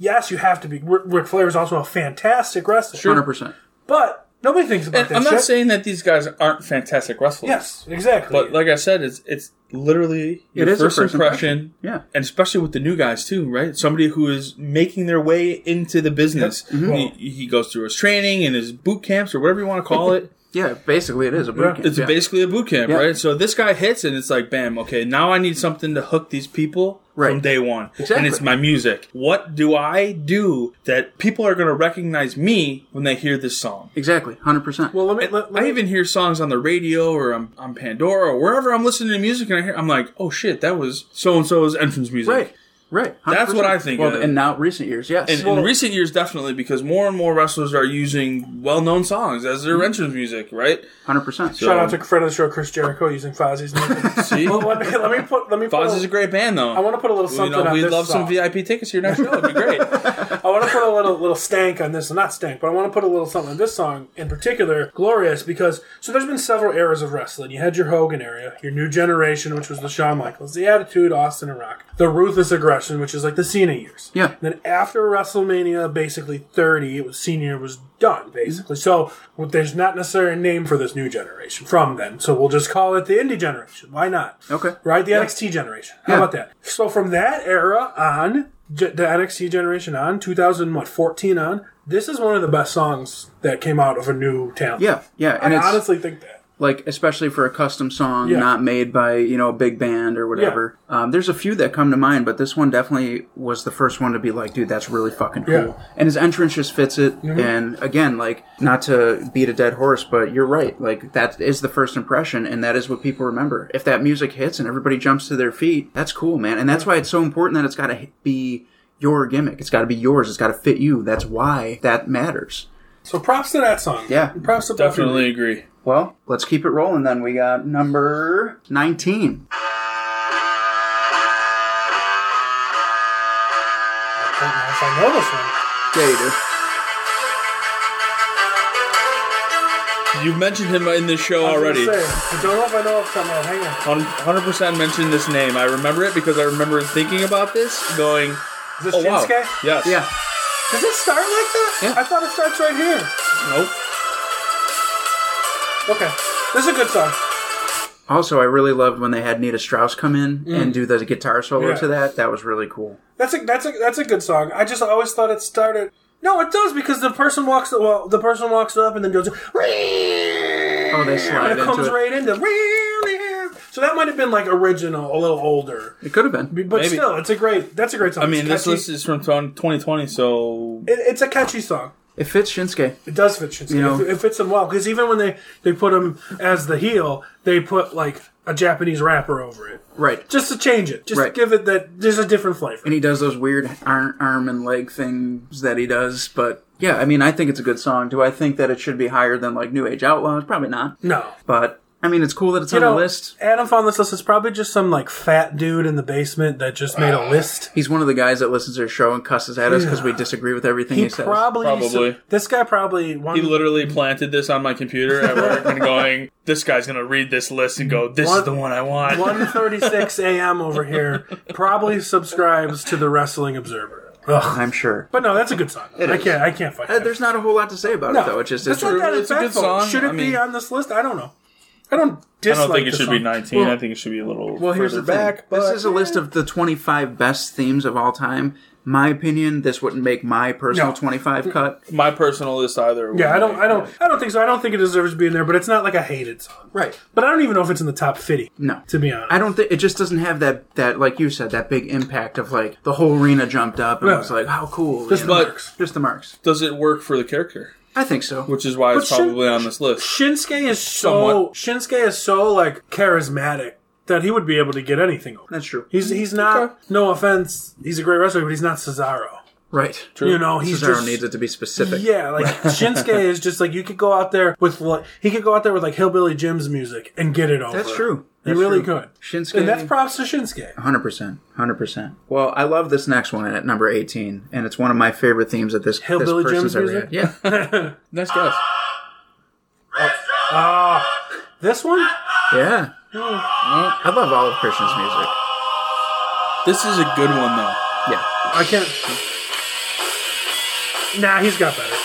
S6: Yes, you have to be. Ric Ric Flair is also a fantastic wrestler.
S4: Hundred percent.
S6: but nobody thinks about
S5: and
S6: that.
S5: I'm not
S6: shit.
S5: saying that these guys aren't fantastic wrestlers.
S6: yes, exactly.
S5: But like I said, it's it's literally your
S4: It is a
S5: first,
S4: first
S5: impression,
S4: impression. Yeah.
S5: and especially with the new guys too, right? Somebody who is making their way into the business.
S4: Mm-hmm.
S5: He, he goes through his training and his boot camps or whatever you want to call
S4: (laughs)
S5: it.
S4: Yeah, basically it is a boot
S6: Yeah.
S4: camp.
S5: It's
S4: yeah.
S5: basically a boot camp,
S4: Yeah.
S5: right? So this guy hits, and it's like, bam, okay, now I need something to hook these people from
S4: Right.
S5: day one, and
S4: Exactly.
S5: it's my music. What do I do that people are going to recognize me when they hear this song?
S4: exactly hundred percent.
S6: well,
S4: Well,
S6: let me.
S5: And
S6: Let, let
S5: I
S6: me-
S5: even hear songs on the radio or on, on Pandora or wherever I'm listening to music, and I hear, I'm like, oh shit, that was so and so's entrance music.
S4: right, right. 100%.
S5: That's what I think
S4: Well,
S5: of.
S4: and now recent years, yes.
S5: And in recent years, definitely, because more and more wrestlers are using well-known songs as
S6: Mm-hmm.
S5: their entrance music, right?
S4: hundred percent.
S6: shout out to friend of the show Chris Jericho using
S5: (laughs)
S6: Fozzie's name.
S5: See,
S6: well, let, me, let me put. Let me. Put
S5: Foz is a great band, though.
S6: I want to put a little
S5: You
S6: something
S5: know,
S6: on
S5: we'd
S6: this
S5: love some
S6: song.
S5: VIP tickets to your next show. It'd be
S6: (laughs)
S5: great.
S6: I want to put a little little stank on this, not stank, but I want to put a little something on this song in particular, glorious, because so there's been several eras of wrestling. You had your Hogan era, your New Generation, which was the Shawn Michaels, the Attitude, Austin and Rock, the Ruthless Aggression, which is like the Cena years.
S4: Yeah.
S6: Then after WrestleMania, basically 30, it was Cena was done basically. So well, there's not necessarily a name for this new generation from then, so we'll just call it the Indie Generation. Why not?
S4: Okay.
S6: Right, the NXT generation. How
S4: Yeah.
S6: about that? So from that era on, ge- the NXT generation on, 2014 on, this is one of the best songs that came out of a new talent.
S4: Yeah, yeah, and
S6: I
S4: it's-
S6: honestly think that.
S4: like especially for a custom song
S6: Yeah.
S4: not made by you know a big band or whatever um, there's a few that come to mind but this one definitely was the first one to be like dude that's really fucking cool
S6: Yeah. Mm-hmm.
S4: and his entrance just fits it and again like not to beat a dead horse but you're right like that is the first impression and that is what people remember if that music hits and everybody jumps to their feet that's cool man and that's why it's so important that it's got to be your gimmick it's got to be yours it's got to fit you that's why that matters
S6: So props to that song.
S4: Yeah.
S6: Props to
S5: Definitely agree.
S4: well let's keep it rolling then we got number 19
S6: I don't know if I know this one.
S4: yeah you do
S5: You've mentioned him in this show
S6: I was
S5: already.
S6: gonna say, I don't know if I know if I'm gonna hang on.
S5: Hundred percent mentioned this name. I remember it because I remember thinking about this, going,
S6: Is this
S5: "Oh wow,
S6: Shinsuke?
S5: yes,
S4: Yeah.
S6: Does it start like that?
S4: Yeah.
S6: I thought it starts right here.
S5: nope."
S6: Okay. This is a good song.
S4: Also, I really loved when they had Nita Strauss come in and do the guitar solo
S6: Mm. Yeah.
S4: to that. That was really cool.
S6: That's a that's a that's a good song. I just always thought it started. No, it does because the person walks well. The person walks up and then goes. "Ree-"
S4: Oh, they slide
S6: and it comes
S4: into it.
S6: right into. "Ree-ree-ree." So that might have been like original, a little older,
S4: It could have been.
S6: but
S5: Maybe.
S6: still, it's a great. That's a great song.
S5: I mean,
S6: it's
S5: this
S6: catchy.
S5: list is from 2020, so
S6: It, it's a catchy song.
S4: It fits Shinsuke.
S6: It does fit Shinsuke.
S4: You know.
S6: it, it fits him well because even when they they put him as the heel, they put like a Japanese rapper over it
S4: Right.
S6: just to change it, just
S4: Right.
S6: to give it that. There's a different flavor.
S4: And he does those weird arm, arm and leg things that he does. But yeah, I mean, I think it's a good song. Do I think that it should be higher than like New Age Outlaws? Probably not.
S6: No,
S4: But I mean, it's cool that it's
S6: you
S4: on
S6: know,
S4: the list.
S6: Adam found this list. It's probably just some like fat dude in the basement that just made
S5: Ah.
S6: a list.
S4: He's one of the guys that listens to our show and cusses at us because we disagree with everything he,
S6: He
S4: says.
S6: probably,
S5: Probably.
S6: this guy probably one,
S5: he literally planted this on my computer at work and going, "This guy's gonna read this list and go, this is the one (laughs) I want."
S6: 1:36 a.m. over here probably subscribes to the Wrestling Observer. Ugh.
S4: I'm sure.
S6: But no, that's a good song. I
S4: is.
S6: can't. I can't fight.
S4: Uh,
S6: that.
S4: there's not a whole lot to say about
S6: no,
S4: it though. It's just
S6: That's
S4: it's
S6: not that
S5: It's a good
S6: impactful.
S5: song.
S6: Should it
S5: I
S6: be
S5: mean-
S6: on this list? I don't know. I don't
S5: I
S6: dislike.
S5: don't think it
S6: the
S5: should be
S6: song.
S5: 19. I think it should be a little
S4: Well, here's the
S5: further
S4: thing.
S5: back. But
S4: this is a list of the 25 best themes of all time. My opinion, this wouldn't make my personal
S6: No.
S4: 25 cut.
S5: my personal list either.
S6: Yeah, I don't,
S5: would
S6: I don't, I don't think so. I don't think it deserves to be in there, but it's not like I hate it. song.
S4: Right.
S6: But I don't even know if it's in the top fifty.
S4: No.
S6: to be honest,
S4: I don't think it just doesn't have that that like you said that big impact of like the whole arena jumped up and
S6: Right.
S4: was like how cool
S6: Just
S4: you
S6: the
S4: know?
S6: marks.
S4: just the marks
S5: Does it work for the character?
S4: I think so
S5: Which is why it's
S6: But shouldn't-
S5: probably on this list.
S6: Shinsuke is so
S5: Somewhat.
S6: Shinsuke is so like charismatic that he would be able to get anything over.
S4: that's true
S6: He's he's not. No offense, he's a great wrestler, but he's not Cesaro.
S4: right
S6: You know, he's
S4: Cesaro
S6: just
S4: needs it to be specific (laughs)
S6: yeah. Like Shinsuke is just like you could go out there with like he could go out there with like hillbilly Jim's music and get it over.
S4: That's true. That's
S6: he really
S4: true.
S6: could.
S4: Shinsuke-
S6: and that's props to Shinsuke.
S4: Hundred percent, hundred percent. Well, I love this next one at number eighteen, and it's one of my favorite themes that this
S6: Hillbilly
S4: this person's
S6: Jim's
S4: ever
S6: music?
S4: had. Yeah,
S6: (laughs)
S5: Next guess.
S6: This one, (gasps)
S4: yeah. I love all of Christian's music.
S5: This is a good one though.
S4: Yeah,
S6: I can't. Nah, he's got better.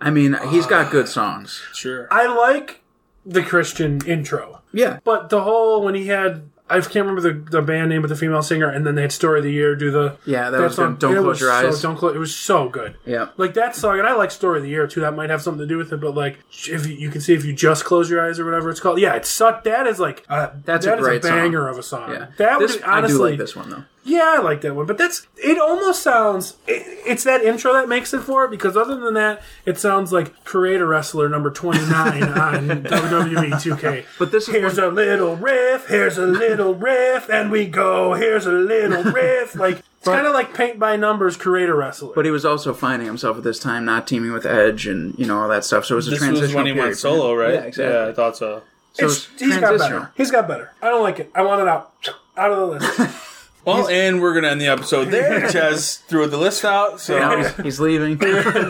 S4: I mean he's got good songs.
S5: Sure.
S6: I like the Christian intro,
S4: Yeah,
S6: but the whole when he had I can't remember the, the band name of the female singer, and then they had story of the year do the
S4: Yeah, that was good. Don't
S6: it
S4: Close
S6: was
S4: Your
S6: so-
S4: Eyes.
S6: don't close. It was so good.
S4: yeah.
S6: Like that song, and I like Story of the Year too. That might have something to do with it, but like, if you, you can see if you just close your eyes or whatever it's called, yeah, it sucked. That is like uh,
S4: That's
S6: that
S4: a
S6: is
S4: great song.
S6: banger of a song.
S4: Yeah,
S6: That
S4: this,
S6: would honestly,
S4: I do like this one though.
S6: yeah, I like that one. But that's it. Almost sounds it, it's that intro that makes it for it because other than that, it sounds like creator wrestler number
S4: (laughs)
S6: twenty nine on WWE two K.
S4: But this is
S6: here's a little riff, here's a little riff, and we go. Here's
S4: (laughs)
S6: a little riff, like. It's kind of like paint by numbers creator wrestler.
S4: But he was also finding himself at this time, not teaming with Edge and you know all that stuff. So it was a
S5: this
S4: transitional
S5: was when he
S4: period
S5: went
S4: for him.
S5: solo, right?
S4: Yeah, exactly.
S5: I thought so.
S4: So
S6: It's-
S4: it's
S6: he's got
S4: transitional.
S6: better. He's got better. I don't like it. I want it out. (laughs) Out of
S4: (laughs)
S6: the list.
S5: Well, and we're gonna end the episode there. Chaz threw the list out, so
S4: Now he's, he's
S6: (laughs)
S4: leaving.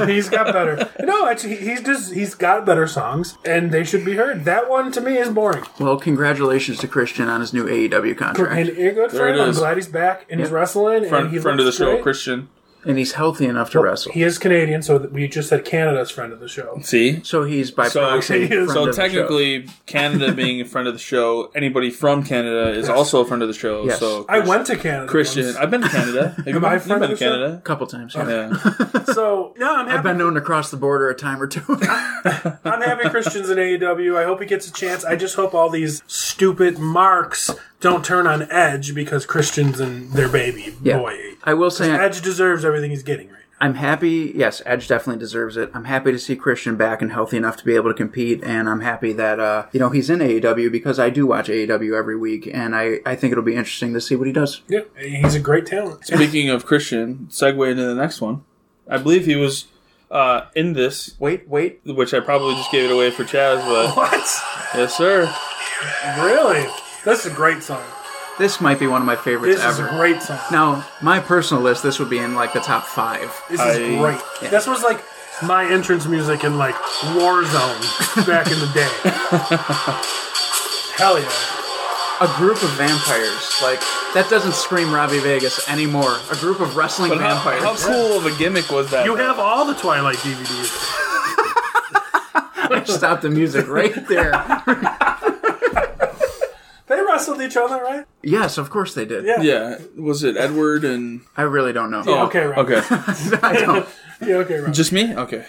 S6: he's got better. No, actually, he- he's just he's got better songs, and they should be heard. That one to me is boring.
S4: well, congratulations to Christian on his new AEW contract,
S6: And you're good for
S5: There it
S6: him. I'm
S5: is.
S6: glad he's back and he's
S4: Yeah.
S6: wrestling. and he
S5: friend, friend of the
S6: looks
S5: show,
S6: great.
S5: Christian.
S4: and he's healthy enough to wrestle.
S6: He is Canadian, so that we just said Canada's friend of the show.
S5: See,
S4: So he's by
S5: so,
S4: proxy. friend
S5: so
S4: of the show.
S5: technically, Canada being a friend of the show, anybody from Canada is also a friend of the show.
S4: Yes.
S5: So
S6: I went to Canada.
S5: Christian,
S6: once.
S5: I've been to Canada. Have you
S6: Am I
S5: been,
S6: a friend
S5: you've been to
S6: of the
S5: Canada?
S4: couple times. Yeah.
S5: Yeah.
S6: (laughs) so no, I'm happy.
S4: I've been known to cross the border a time or
S6: (laughs)
S4: two.
S6: Ah, I'm happy Christian's in AEW. I hope he gets a chance. I just hope all these stupid marks don't turn on Edge because Christian's in their baby boy.
S4: I will say I,
S6: Edge deserves everything he's getting right now.
S4: am happy. Yes, Edge definitely deserves it. I'm happy to see Christian back and healthy enough to be able to compete, and I'm happy that uh, you know he's in AEW because I do watch AEW every week, and I I think it'll be interesting to see what he does.
S6: Yeah, he's a
S4: (laughs)
S6: great talent.
S5: Speaking of Christian, segue into the next one. I believe he was uh, in this,
S4: Wait, wait,
S5: which I probably just gave it away for Chaz,
S6: (laughs)
S5: but
S6: What?
S5: yes, sir.
S6: Really? That's a great song.
S4: this might be one of my favorites
S6: This is a
S4: ever.
S6: great song.
S4: Now, my personal list, this would be in like the top five.
S6: This
S5: I-
S6: is great. This was like my entrance music in like Warzone back in the day. Hell yeah.
S4: A group of vampires, like that doesn't scream Robbie Vegas anymore. A group of wrestling
S5: But how,
S4: vampires.
S5: how cool of a gimmick was that?
S6: You have all the Twilight DVDs.
S4: (laughs) Stop the music right there.
S6: They wrestled each other, right?
S4: yes, of course they did.
S6: Yeah.
S5: yeah, was it Edward and?
S4: I really don't know.
S6: okay, right.
S5: Okay,
S4: (laughs) I don't.
S6: Yeah, okay, right.
S5: just me. Okay,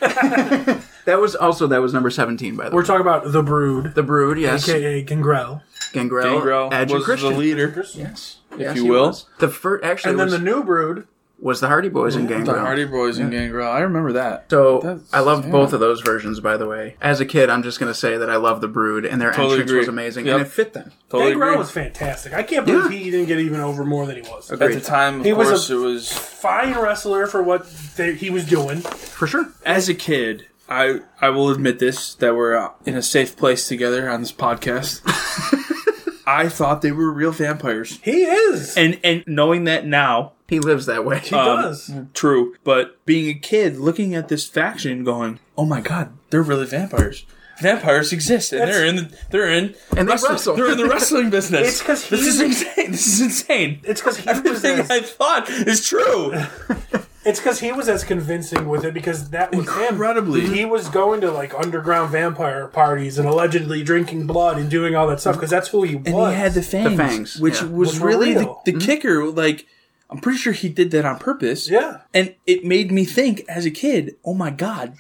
S4: That was also that was number seventeen by the
S6: We're
S4: way.
S6: taling about The Brood,
S4: The Brood, yes.
S6: aka Gangrel.
S4: Gangrel, Edge,
S5: Gangrel
S4: and
S5: was the
S4: Christian.
S5: leader.
S4: Yes, if
S5: you will.
S4: The first actually
S6: And then
S4: was,
S6: the new Brood.
S4: was the Hardy Boys and Gangrel.
S5: The Hardy Boys and Gangrel. I remember that.
S4: so
S5: That's-
S4: I loved
S5: yeah.
S4: both of those versions, by the way. As a kid, I'm just gonna say that I love the Brood, and their
S5: Totally
S4: entrance
S5: agree.
S4: was amazing,
S5: Yep.
S4: and it fit them.
S5: Totally
S6: Gangrel
S5: agree.
S6: was fantastic. I can't believe
S4: Yeah.
S6: he didn't get even over more than he was.
S5: At the time, of
S6: He was a-
S5: course, it was
S6: Fine wrestler for what they, he was doing.
S4: For sure.
S5: as a kid. I I will admit this that we're uh, in a safe place together on this (laughs) podcast. I thought they were real vampires,
S6: He is.
S5: and and knowing that now,
S4: He lives that way.
S6: he
S5: Um,
S6: does.
S5: true. But being a kid, looking at this faction, going, "Oh my god, they're really vampires." Vampires exist, and they're in. The, they're in.
S4: And they
S5: wrestling-
S4: wrestle.
S5: They're in the
S6: (laughs)
S5: wrestling business.
S6: It's 'cause
S5: this is
S6: he's-
S5: insane. This is insane.
S6: It's because he was
S5: Everything
S6: as, (laughs)
S5: I thought is true.
S6: It's because he was as convincing with it because that was
S5: Incredibly.
S6: him. He was going to like underground vampire parties and allegedly drinking blood and doing all that stuff because that's who he was.
S5: and he had the fangs,
S4: fangs,
S5: which
S4: yeah.
S5: was
S6: Which were
S5: really the,
S6: real. Mm-hmm.
S5: the kicker. Like, I'm pretty sure he did that on purpose.
S6: Yeah.
S5: and it made me think as a kid, oh my god,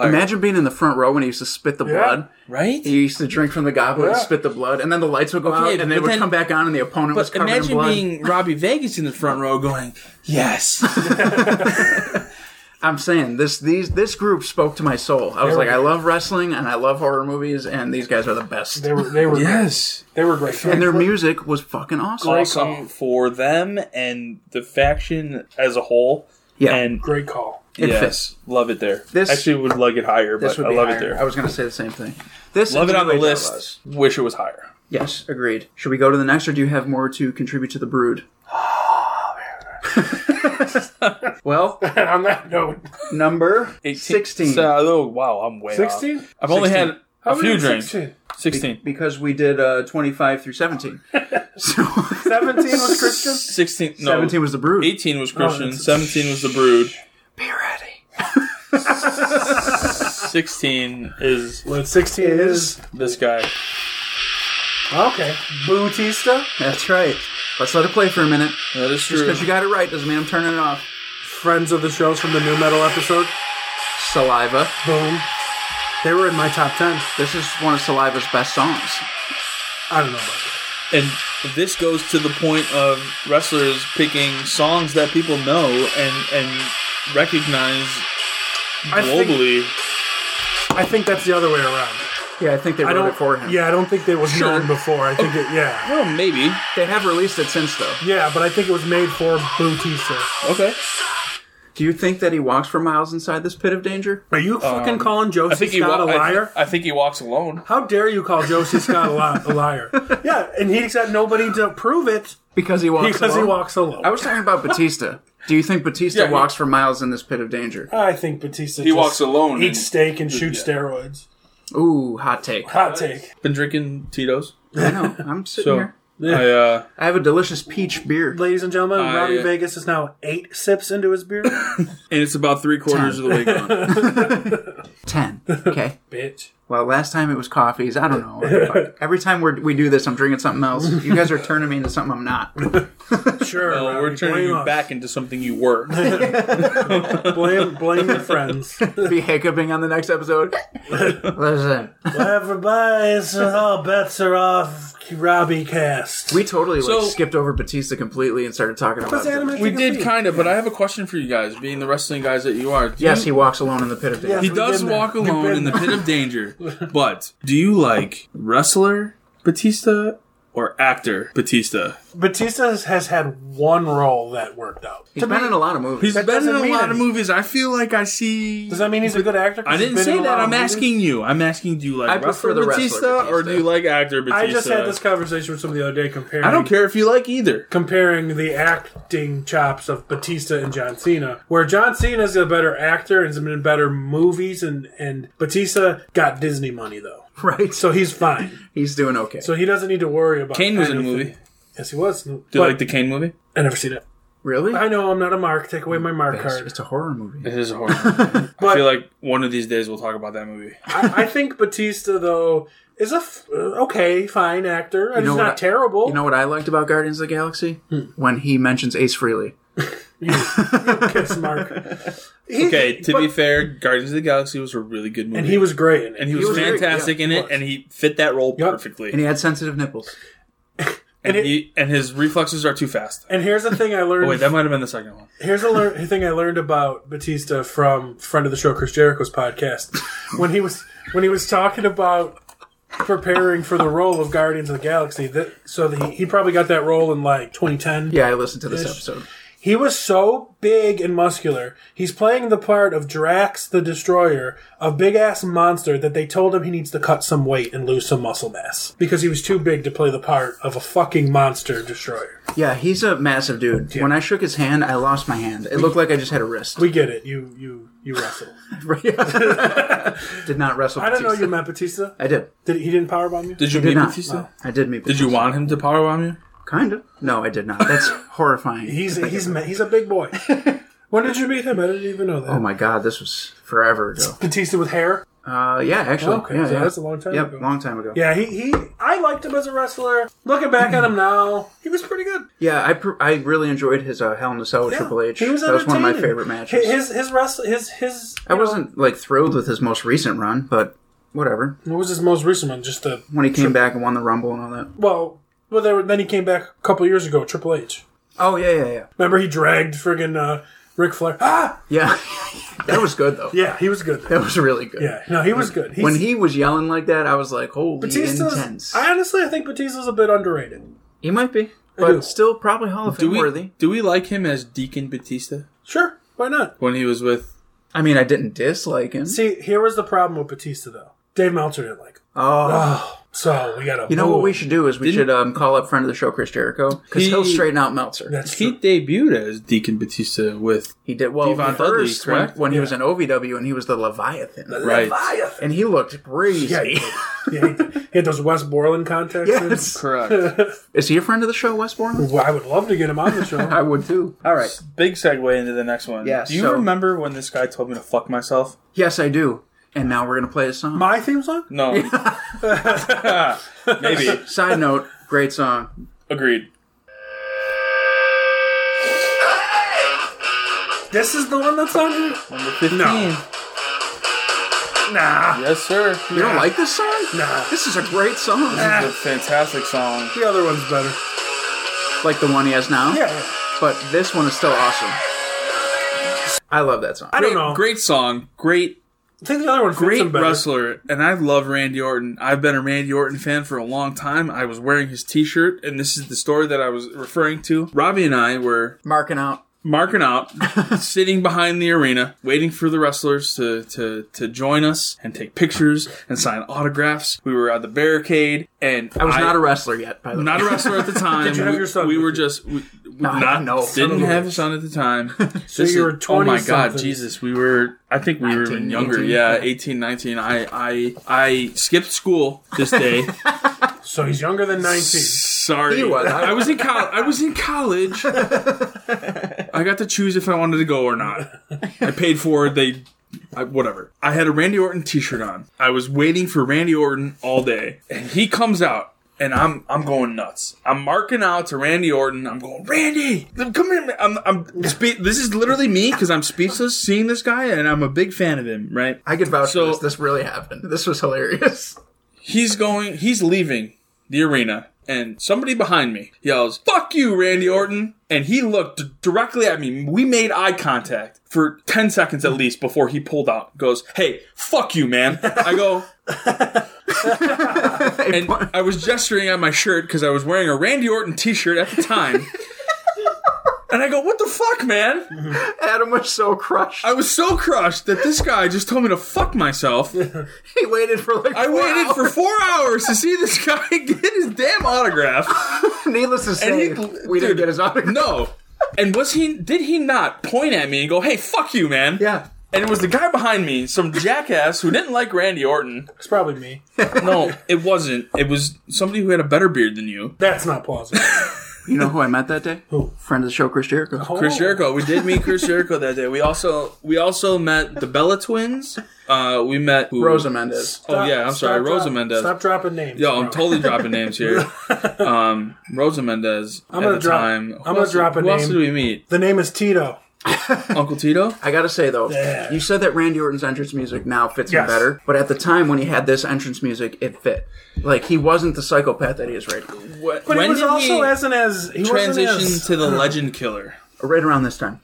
S4: Imagine being in the front row when he used to spit the blood.
S5: Right?
S4: He used to drink from the goblet and
S6: Yeah.
S4: spit the blood, and then the lights would go
S5: Okay,
S4: out, and they
S5: but
S4: would
S5: then-
S4: come back on, and the opponent was
S5: But
S4: covered in
S5: imagine
S4: blood.
S5: being Robbie Vegas in the front row going,
S4: (laughs)
S5: yes.
S4: I'm saying this these this group spoke to my soul. I was like, I love wrestling and I love horror movies, and these guys are the best.
S6: They were they were
S5: yes.
S6: great. they were great.
S4: and their music was fucking awesome.
S5: Awesome for them and the faction as a whole.
S4: Yeah.
S5: And
S6: great call.
S4: It
S5: yes, love it there.
S4: This-
S5: Actually, would like it higher,
S4: This
S5: but
S4: would
S5: I
S4: be
S5: love
S4: higher.
S5: it there.
S4: I was gonna say the same thing. This
S5: love
S4: is
S5: it on the
S4: way that
S5: list.
S4: was.
S5: Wish it was higher.
S4: Yes, agreed. Should we go to the next, or do you have more to contribute to the
S5: (sighs)
S4: brood?
S5: (laughs)
S4: well,
S6: And on that note,
S4: number 16.
S5: So, oh, wow, I'm way off.
S6: 16?
S5: I've only
S4: 16.
S5: had
S6: How
S5: a
S6: many
S5: few
S6: is
S5: drinks.
S6: 16?
S5: 16.
S4: because we did uh, 25 through 17. So (laughs)
S6: seventeen was Christian.
S5: 16. No,
S4: 17 was the brood.
S5: 18 was Christian. 17 was the Brood.
S4: Be ready.
S5: (laughs) 16 is
S6: But sixteen is,
S5: this guy.
S6: okay. Bautista,
S4: That's right. Let's let it play for a minute.
S5: That is
S4: Just
S5: true.
S4: because you got it right doesn't mean I'm turning it off.
S6: friends of the shows from the new metal episode.
S4: Saliva.
S6: Boom. They were in my top ten.
S4: This is one of Saliva's best songs.
S6: I don't know. About that.
S5: And this goes to the point of wrestlers picking songs that people know and and recognize
S6: I think-
S5: globally.
S6: I think that's the other way around.
S4: Yeah, I think they
S6: I
S4: wrote
S6: don't.
S4: it for him.
S6: Yeah, I don't think it was
S4: Sure.
S6: known before. I think it. Yeah,
S5: Well, maybe.
S4: They have released it since, though.
S6: yeah, but I think it was made for Bautista.
S5: Okay.
S4: Do you think that he walks for miles inside this pit of danger?
S6: Are you fucking calling Josie
S5: Um, I think he
S6: Scott
S5: wa-
S6: a liar?
S5: I, I think he walks alone.
S6: How dare you call Josie Scott a, li- a
S5: (laughs)
S6: liar? Yeah, and he's got nobody to prove it
S4: Because he walks
S6: because he
S4: alone?
S6: walks alone.
S4: I was talking about Batista. Do you think Batista
S5: Yeah, he-
S4: walks for miles in this pit of danger?
S6: I think Batista.
S5: He walks alone
S6: Eats
S5: and-
S6: steak and shoots steroids.
S4: Ooh, hot take.
S5: Uh,
S6: Hot take.
S5: Been drinking Tito's.
S4: I know. I'm sitting
S5: So
S4: here.
S5: I uh
S4: I have a delicious peach beer.
S6: Ladies and gentlemen,
S5: I- uh,
S6: Robbie Vegas is now eight sips into his
S5: (laughs)
S6: beer.
S5: and it's about three quarters of the way gone.
S4: Ten. Okay.
S6: Bitch.
S4: Well, last time it was coffees. I don't know. Fuck. Every time we're, we do this, I'm drinking something else. You guys are turning me into something I'm not.
S5: (laughs)
S6: Sure.
S5: Well,
S6: Robbie,
S5: we're turning
S6: blame
S5: you
S6: us.
S5: back into something you were.
S6: (laughs) Blame, blame
S5: (laughs)
S6: your friends.
S4: Be hiccuping on the next episode. Listen,
S6: Everybody, so all bets are off. Robbie cast.
S4: we totally like
S5: So-
S4: skipped over Batista completely and started talking about.
S6: Adam
S4: it.
S6: and
S5: (laughs) We
S6: Chicken
S5: did
S6: Feet.
S5: kind of, but I have a question for you guys, being the wrestling guys that you are. Do
S4: Yes, he
S5: you,
S4: walks alone in the pit of danger.
S5: he
S6: We've
S5: does
S6: been there.
S5: walk
S6: We've
S5: alone
S6: been
S5: in the
S6: there.
S5: pit of
S6: (laughs)
S5: danger. But do you like wrestler Batista or actor Batista?
S6: Batista has had one role that worked out.
S4: He's been in a lot of movies.
S5: He's
S6: That
S5: been in
S6: doesn't
S5: a
S6: mean
S5: lot of
S6: anything.
S5: movies. I feel like I see.
S6: Does that mean he's a good actor? 'cause
S5: I
S6: he's
S5: didn't
S6: been
S5: say
S6: in a
S5: that.
S6: lot of
S5: I'm
S6: movies?
S5: asking you. I'm asking, do you like
S4: I prefer
S5: wrestler
S4: the wrestler
S5: Batista, or
S4: Batista.
S5: do you like actor Batista?
S6: I just had this conversation with somebody the other day comparing.
S5: I don't care if you like either.
S6: Comparing the acting chops of Batista and John Cena, where John Cena's a better actor and has been in better movies, and and Batista got Disney money though,
S4: right? So
S6: so he's fine.
S4: he's doing okay.
S6: So he doesn't need to worry about.
S5: Kane was in a
S6: anything.
S5: movie.
S6: Yes, he was.
S5: Do
S6: But
S5: you like the Kane movie?
S6: I never seen it.
S4: really?
S6: I know I'm not a mark. Take away my mark
S4: It's,
S6: card.
S4: it's a horror movie.
S5: It is a (laughs) horror movie. I feel like one of these days we'll talk about that movie.
S6: I, I think Batista though is a f- uh, okay, fine actor. And
S4: know
S6: he's
S4: what
S6: not
S4: I-
S6: terrible. Hmm.
S4: You know what I liked about Guardians of the Galaxy? When he mentions Ace
S6: (laughs)
S4: Freely.
S6: kiss mark.
S5: (laughs) Okay, to
S6: but-
S5: be fair, Guardians of the Galaxy was a really good movie.
S6: and he was great in it.
S5: and he was,
S4: was great,
S5: fantastic
S4: yeah,
S5: in it,
S4: of course.
S5: and he fit that role
S6: Yep.
S5: perfectly.
S4: (laughs) And he had sensitive nipples.
S5: and,
S6: and it-
S5: he, and his reflexes are too fast.
S6: and here's the thing I learned.
S5: Oh, wait, that might have been the second one.
S6: Here's a lear- thing I learned about Batista from friend of the show Chris Jericho's podcast when he was when he was talking about preparing for the role of Guardians of the Galaxy. That so that he, he probably got that role in like 2010.
S4: Yeah, I listened to this episode.
S6: He was so big and muscular. He's playing the part of Drax the Destroyer, a big ass monster that they told him he needs to cut some weight and lose some muscle mass because he was too big to play the part of a fucking monster destroyer.
S4: Yeah, he's a massive dude. When I shook his hand, I lost my hand. It looked like I just had a wrist.
S6: We get it. You you you wrestle.
S4: (laughs) did
S6: (laughs)
S4: not wrestle.
S6: I don't know
S4: Batista.
S6: you met Batista.
S4: I did.
S6: Did he didn't powerbomb you?
S5: Did you
S4: I did
S5: meet
S4: not.
S5: Batista?
S4: I did meet.
S5: Did you
S4: Batista.
S5: want him to powerbomb you?
S4: Kind of. No, I did not.
S6: (laughs)
S4: That's horrifying.
S6: He's he's ma- he's a big boy. When did you meet him? I didn't even know that.
S4: Oh my god, this was forever ago.
S6: Batista with hair.
S4: Uh, yeah, actually,
S6: Okay,
S4: yeah,
S6: so
S4: yeah.
S6: that's a long time
S4: Yep,
S6: ago.
S4: long time ago.
S6: Yeah, he, he I liked him as a wrestler. Looking back at him now, he was pretty good.
S4: yeah. I pr- I really enjoyed his uh, Hell in a Cell with
S6: Yeah,
S4: Triple H.
S6: He was
S4: that was one of my
S6: entertaining.
S4: favorite matches.
S6: His his wrestle his his.
S4: I wasn't like thrilled with his most recent run, but whatever.
S6: What was his most recent one? Just the
S4: When he came back and won the Rumble and all that.
S6: well, well. There, then he came back a couple years ago. Triple H.
S4: Oh yeah, yeah, yeah,
S6: Remember he dragged friggin' uh, Ric Flair. Ah,
S4: yeah. (laughs) that was good though.
S6: yeah, he was good.
S4: That was really good.
S6: Yeah, no, he was good. He's,
S4: When he was yelling like that, I was like, "Holy
S6: Batista's,
S4: intense!"
S6: I honestly I think Batista's a bit underrated.
S4: he might be,
S6: do.
S4: but still probably Hall of
S5: Do
S4: Fame
S5: we
S4: worthy.
S5: do we like him as Deacon Batista
S6: Sure, why not?
S5: when he was with?
S4: I mean, I didn't dislike him.
S6: See, here was the problem with Batista though. Ah. Dave Meltzer didn't like. him. uh,
S4: oh,
S6: So we gotta.
S4: You know
S6: boo.
S4: what we should do is we
S5: Didn't-
S4: should um, call up friend of the show Chris Jericho because
S5: He-
S4: he, will straighten out Meltzer.
S6: That's
S5: He
S6: true.
S5: debuted as Deacon Batista with
S4: he did well
S5: Devon Dudley,
S4: first when,
S5: correct?
S4: when he was in OVW and he was the Leviathan,
S5: right.
S4: and he looked crazy.
S6: Yeah, he, did. yeah, he, did. he had those
S4: (laughs)
S6: Westmoreland contacts. in.
S4: Yes.
S5: Correct.
S4: Is he a friend of the show, Westbourne?
S6: Well, I would love to get him on
S5: (laughs)
S6: the show.
S4: I would too. All right.
S5: Big segue into the next one.
S4: Yeah,
S5: Do you
S4: so-
S5: remember when this guy told me to fuck myself?
S4: Yes, I do. And now we're gonna play a song.
S6: My theme song.
S4: (laughs)
S5: No. (laughs) Maybe.
S4: Side note, great song.
S5: Agreed.
S6: This is the one that's on here?
S5: Number 15.
S6: Nah.
S5: Yes, sir.
S4: You don't like this
S6: (laughs)
S4: song?
S6: Nah.
S4: This is a great song.
S5: This is a fantastic song.
S6: The other one's better.
S4: Like the one he has now.
S6: Yeah. yeah.
S4: But this one is still awesome. I love that song.
S6: I don't know.
S5: Great song. Great
S6: I think the other one fits him
S5: great
S6: better.
S5: wrestler, and I love Randy Orton. I've been a Randy Orton fan for a long time. I was wearing his T-shirt, and this is the story that I was referring to. Robbie and I were
S4: Marking out.
S5: marking
S4: (laughs)
S5: out, sitting behind the arena, waiting for the wrestlers to, to to join us and take pictures and sign autographs. We were at the barricade, and
S4: I was not a wrestler yet, by the way.
S5: not a wrestler
S6: (laughs)
S5: at the time.
S6: Did you have
S5: We-
S6: your son
S5: We
S6: with
S5: were
S6: you?
S5: just we, we
S4: I
S5: not
S4: know.
S5: didn't
S4: Son of a
S5: have a son at the
S6: (laughs)
S5: time. so
S6: you were
S5: Oh my
S6: 20
S5: god,
S6: something.
S5: Jesus, we were. I think we were even
S4: 19,
S5: younger.
S4: 18,
S5: yeah,
S4: yeah.
S5: eighteen, nineteen. I I I skipped school this
S6: (laughs)
S5: day.
S6: So he's younger than 19.
S5: Sorry,
S4: He was.
S5: I was in college. I was in college. I got to choose if I wanted to go or not. I paid for it. They. I, whatever. I had a Randy Orton T-shirt on. I was waiting for Randy Orton all day, and he comes out, and I'm I'm going nuts. I'm marking out to Randy Orton. I'm going, Randy, come in. I'm I'm. Spe- this is literally me because I'm speechless seeing this guy, and I'm a big fan of him. Right?
S4: I could vouch
S5: So-
S4: for this. This really happened. This was hilarious. (laughs)
S5: he's going he's leaving the arena and somebody behind me yells fuck you randy orton and he looked d- directly at me we made eye contact for 10 seconds at least before he pulled out goes hey fuck you man i go (laughs) and I was gesturing on my shirt because I was wearing a Randy Orton T-shirt at the time. and I go, "What the fuck, man?"
S4: Adam was so crushed.
S5: I was so crushed that this guy just told me to fuck myself.
S4: He waited for like.
S5: I
S4: four
S5: waited for
S4: hours.
S5: four hours to see this guy (laughs) get his damn autograph.
S4: (laughs) Needless to
S5: And
S4: say,
S5: he,
S4: we didn't
S5: dude,
S4: get his autograph.
S5: No. And was he? Did he not point at me and go, "Hey, fuck you, man"?
S4: Yeah.
S5: And it was the guy behind me, some jackass who didn't like Randy Orton.
S6: It's probably me.
S4: (laughs)
S5: No, it wasn't. It was somebody who had a better beard than you.
S6: That's not plausible.
S4: You know who I met that day?
S6: Who?
S4: Friend of the show, Chris Jericho.
S5: (laughs) Chris Jericho. We did meet Chris Jericho that day. We also we also met the Bella twins. Uh, we met who,
S4: Rosa Mendez.
S5: Oh yeah, I'm
S6: Stop-
S5: sorry,
S6: stop
S5: Rosa
S6: drop-
S5: Mendez.
S6: Stop dropping names.
S5: Yo, I'm
S6: bro.
S5: totally dropping names
S6: (laughs)
S5: here. Um, Rosa Mendez.
S6: I'm gonna
S5: at the
S6: drop-
S5: Time.
S6: I'm
S5: Who
S6: gonna
S5: else-
S6: drop a
S5: Who else
S6: name.
S5: did we
S6: (laughs)
S5: meet?
S6: The name is Tito.
S5: Uncle Tito.
S4: I gotta say though,
S6: Yeah.
S4: you said that Randy Orton's entrance music now fits him
S6: Yes.
S4: better, but at the time when he had this entrance music, it fit. Like he wasn't the psychopath that he is right now.
S5: What,
S6: But
S5: when
S6: he was
S5: did
S6: also
S5: we
S6: wasn't as he
S5: transition
S6: wasn't as,
S5: to the Legend Killer?
S4: Right around this time,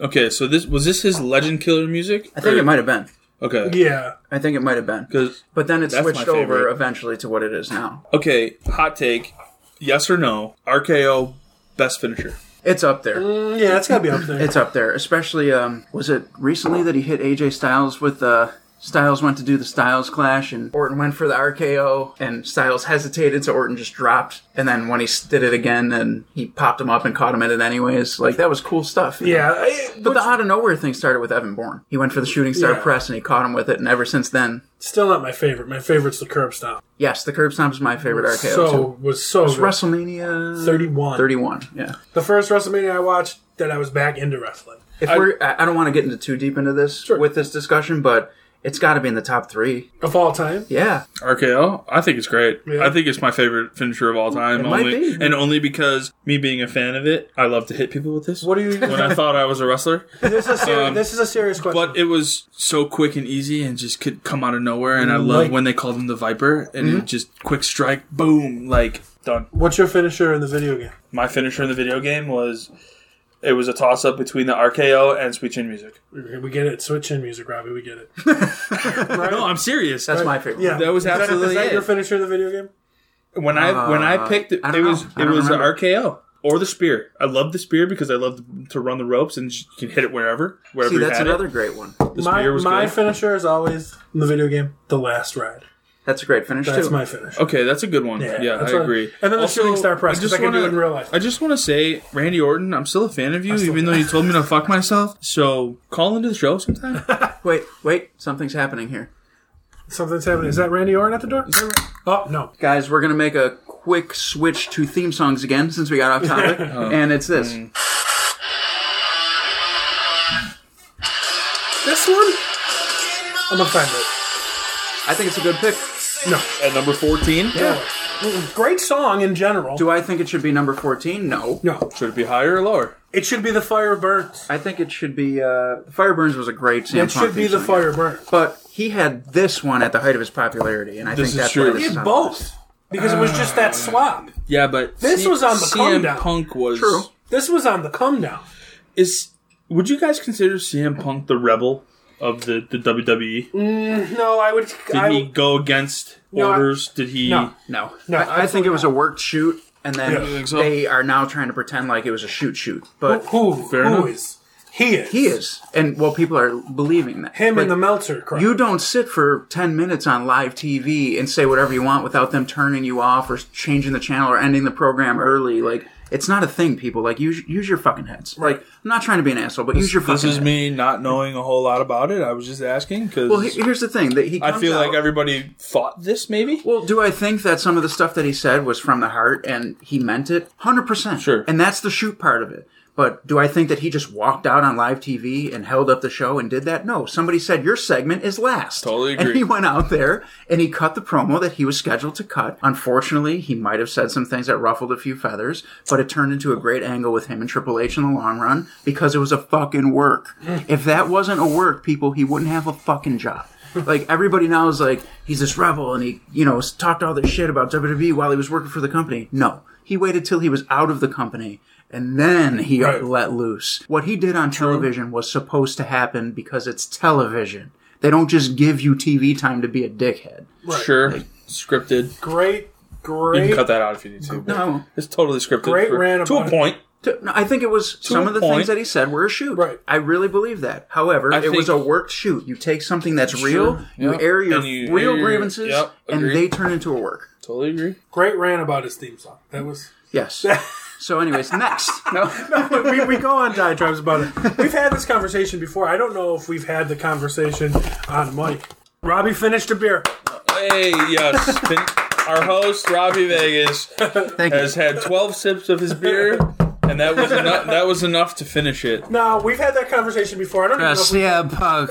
S5: Okay, so this was this his Legend Killer music?
S4: I think it might have been.
S5: Okay,
S6: Yeah,
S4: I think it might have been.
S5: 'Cause
S4: But then it
S5: that's my
S4: switched over
S5: favorite.
S4: eventually to what it is now.
S5: Okay, hot take. Yes or no? RKO best finisher.
S4: It's up there.
S6: yeah, it's gotta be up there.
S4: It's up there, especially um, was it recently that he hit AJ Styles with uh, Styles went to do the Styles Clash and Orton went for the RKO and Styles hesitated, so Orton just dropped, and then when he s- did it again, and he popped him up and caught him in it anyways. Like that was cool stuff. you know?
S6: yeah, I-
S4: But the out of nowhere thing started with Evan Bourne. He went for the shooting star
S6: Yeah.
S4: press and he caught him with it, and ever since then,
S6: still not my favorite. My favorite's the curb stomp.
S4: yes, the curb stomp is my favorite RKO
S6: so
S4: too.
S6: was so
S4: It's
S6: good.
S4: WrestleMania
S6: 31.
S4: 31, yeah.
S6: The first WrestleMania I watched that I was back into wrestling.
S4: If we're, I I don't want to get into too deep into this with this discussion, but it's got to be in the top three.
S6: Of all time?
S4: Yeah,
S5: RKO, I think it's great.
S6: Yeah.
S5: I think it's my favorite finisher of all time.
S4: might
S5: only
S4: be.
S5: and only because me being a fan of it, I love to hit people with this.
S6: What do you
S5: when I thought I was a wrestler, Um,
S6: this is a serious, (laughs) this is a serious question.
S5: but it was so quick and easy, and just could come out of nowhere. And I love
S6: Like-
S5: when they called him the Viper, and it just quick strike, boom, like done.
S6: What's your finisher in the video game?
S5: My finisher in the video game was it was a toss up between the RKO and Sweet Chin Music.
S6: We we get it. Switch in music, Robbie. We get it.
S5: No, I'm serious.
S4: that's my favorite.
S6: Yeah,
S5: That was
S6: Is
S5: absolutely
S6: Is that
S5: it.
S6: your finisher in the video game?
S5: when I when I picked it,
S4: Uh, I
S5: it
S4: don't
S5: was
S4: know. I
S5: it
S4: don't
S5: was the
S4: remember.
S5: RKO or the spear. I love the spear because I love to run the ropes and you can hit it wherever wherever
S4: See,
S5: you
S4: that's
S5: had
S4: another
S5: it.
S4: great one.
S5: The
S6: My,
S5: spear was
S6: my
S5: good.
S6: finisher is always in the video game. The last ride.
S4: That's a great finish
S6: That's
S4: too.
S6: my finisher.
S5: Okay, that's a good one.
S6: Yeah,
S5: Yeah,
S6: that's
S5: I
S6: what I-
S5: agree.
S6: and then the shooting star press,
S5: I
S6: 'cause
S5: just
S6: I can do
S5: wanna-
S6: it in real life.
S5: I just want to say, Randy Orton, I'm still a fan of you, even though you told me to fuck myself. So call into the show
S6: (laughs)
S5: sometime.
S4: Wait, wait, something's happening here,
S6: Something's happening. Is that Randy Orton at the door? Oh no.
S4: guys. We're gonna make a quick switch to theme songs again since we got off
S6: (laughs)
S4: topic,
S6: Oh.
S4: and it's this.
S6: Mm. This one? I'm offended.
S4: I think it's a good pick.
S5: At number 14,
S6: Yeah. Great song in general.
S4: Do I think it should be number fourteen? No.
S6: no.
S5: should it be higher or lower?
S6: It should be the Fire Burns.
S4: I think it should be. Uh, Fire Burns was a great Sam
S6: It should be the Fire Burns.
S4: but he had this one at the height of his popularity, and I
S5: This
S4: think
S5: is
S4: that's
S5: true.
S4: why
S6: He
S4: this is
S6: had
S4: on the
S6: both
S4: list.
S6: because it was just that swap.
S5: Yeah, but
S6: This was on the
S5: CM
S6: countdown.
S5: Punk was
S4: True.
S6: This was on the come down.
S5: is. Would you guys consider CM Punk the rebel of the, the WWE?
S6: No, I would.
S5: Did
S6: I,
S5: he go against
S6: No, I-
S5: orders? Did he?
S6: No.
S4: No,
S6: No,
S4: I, I think
S6: absolutely
S4: it was a worked shoot, and then
S6: Yeah, I think
S5: so.
S4: they are now trying to pretend like it was a shoot shoot,
S6: Who,
S4: but.
S6: who,
S5: Fair
S6: who
S5: enough.
S6: is? He is.
S4: He is, and well, people are believing that
S6: Him
S4: Like,
S6: and the Meltzer crowd.
S4: You don't sit for 10 minutes on live TV and say whatever you want without them turning you off or changing the channel or ending the program early. Like, it's not a thing, people. Like, use, use your fucking heads. Like, I'm not trying to be an asshole, but use your fucking
S5: This is
S4: head.
S5: me not knowing a whole lot about it. I was just asking because
S4: Well, he- here's the thing that he
S5: I
S4: comes
S5: feel like
S4: out-
S5: everybody thought this maybe.
S4: Well, do I think that some of the stuff that he said was from the heart and he meant it? 100%.
S5: Sure.
S4: And that's the shoot part of it. But do I think that he just walked out on live TV and held up the show and did that? No. Somebody said, your segment is last.
S5: Totally
S4: And
S5: agree.
S4: he went out there and he cut the promo that he was scheduled to cut. Unfortunately, he might have said some things that ruffled a few feathers, but it turned into a great angle with him and Triple H in the long run because it was a fucking work. if that wasn't a work, people, he wouldn't have a fucking job like everybody now is like he's this rebel and he you know talked all this shit about WWE while he was working for the company. No, he waited till he was out of the company and then he
S6: Right.
S4: let loose. What he did on television was supposed to happen because it's television. They don't just give you TV time to be a dickhead.
S5: Sure, scripted.
S6: Great,
S5: You
S6: great.
S5: can cut that out if you need to. but
S4: No, I won't.
S5: it's totally scripted.
S6: Great
S5: for-
S6: rant
S5: to a
S6: about it.
S5: point.
S4: To- no, I think it was some
S5: a
S4: of the
S5: point.
S4: things that he said were a shoot.
S6: Right.
S4: I really believe that. However,
S5: I
S4: it was a
S5: think-
S4: worked shoot. You take something that's real,
S5: yeah.
S4: you air your
S5: And you
S4: real
S5: air your-
S4: grievances,
S5: yep,
S4: and
S5: agreed.
S4: they turn into a work.
S5: Totally agree.
S6: Great rant about his theme song. That (laughs) was.
S4: (laughs) Yes. so, anyways, next. (laughs) No.
S6: we, we go on diatribes about it. (laughs) We've had this conversation before. I don't know if we've had the conversation on mic. Robbie finished a beer.
S5: Hey,
S6: (laughs)
S5: yes. Fin- Our host Robbie Vegas
S4: Thank you.
S5: has had 12 sips of his beer, and that was
S6: (laughs)
S5: enough. That was enough to finish it.
S6: No, we've had that conversation before. I don't, even know, if we,
S4: CM Punk.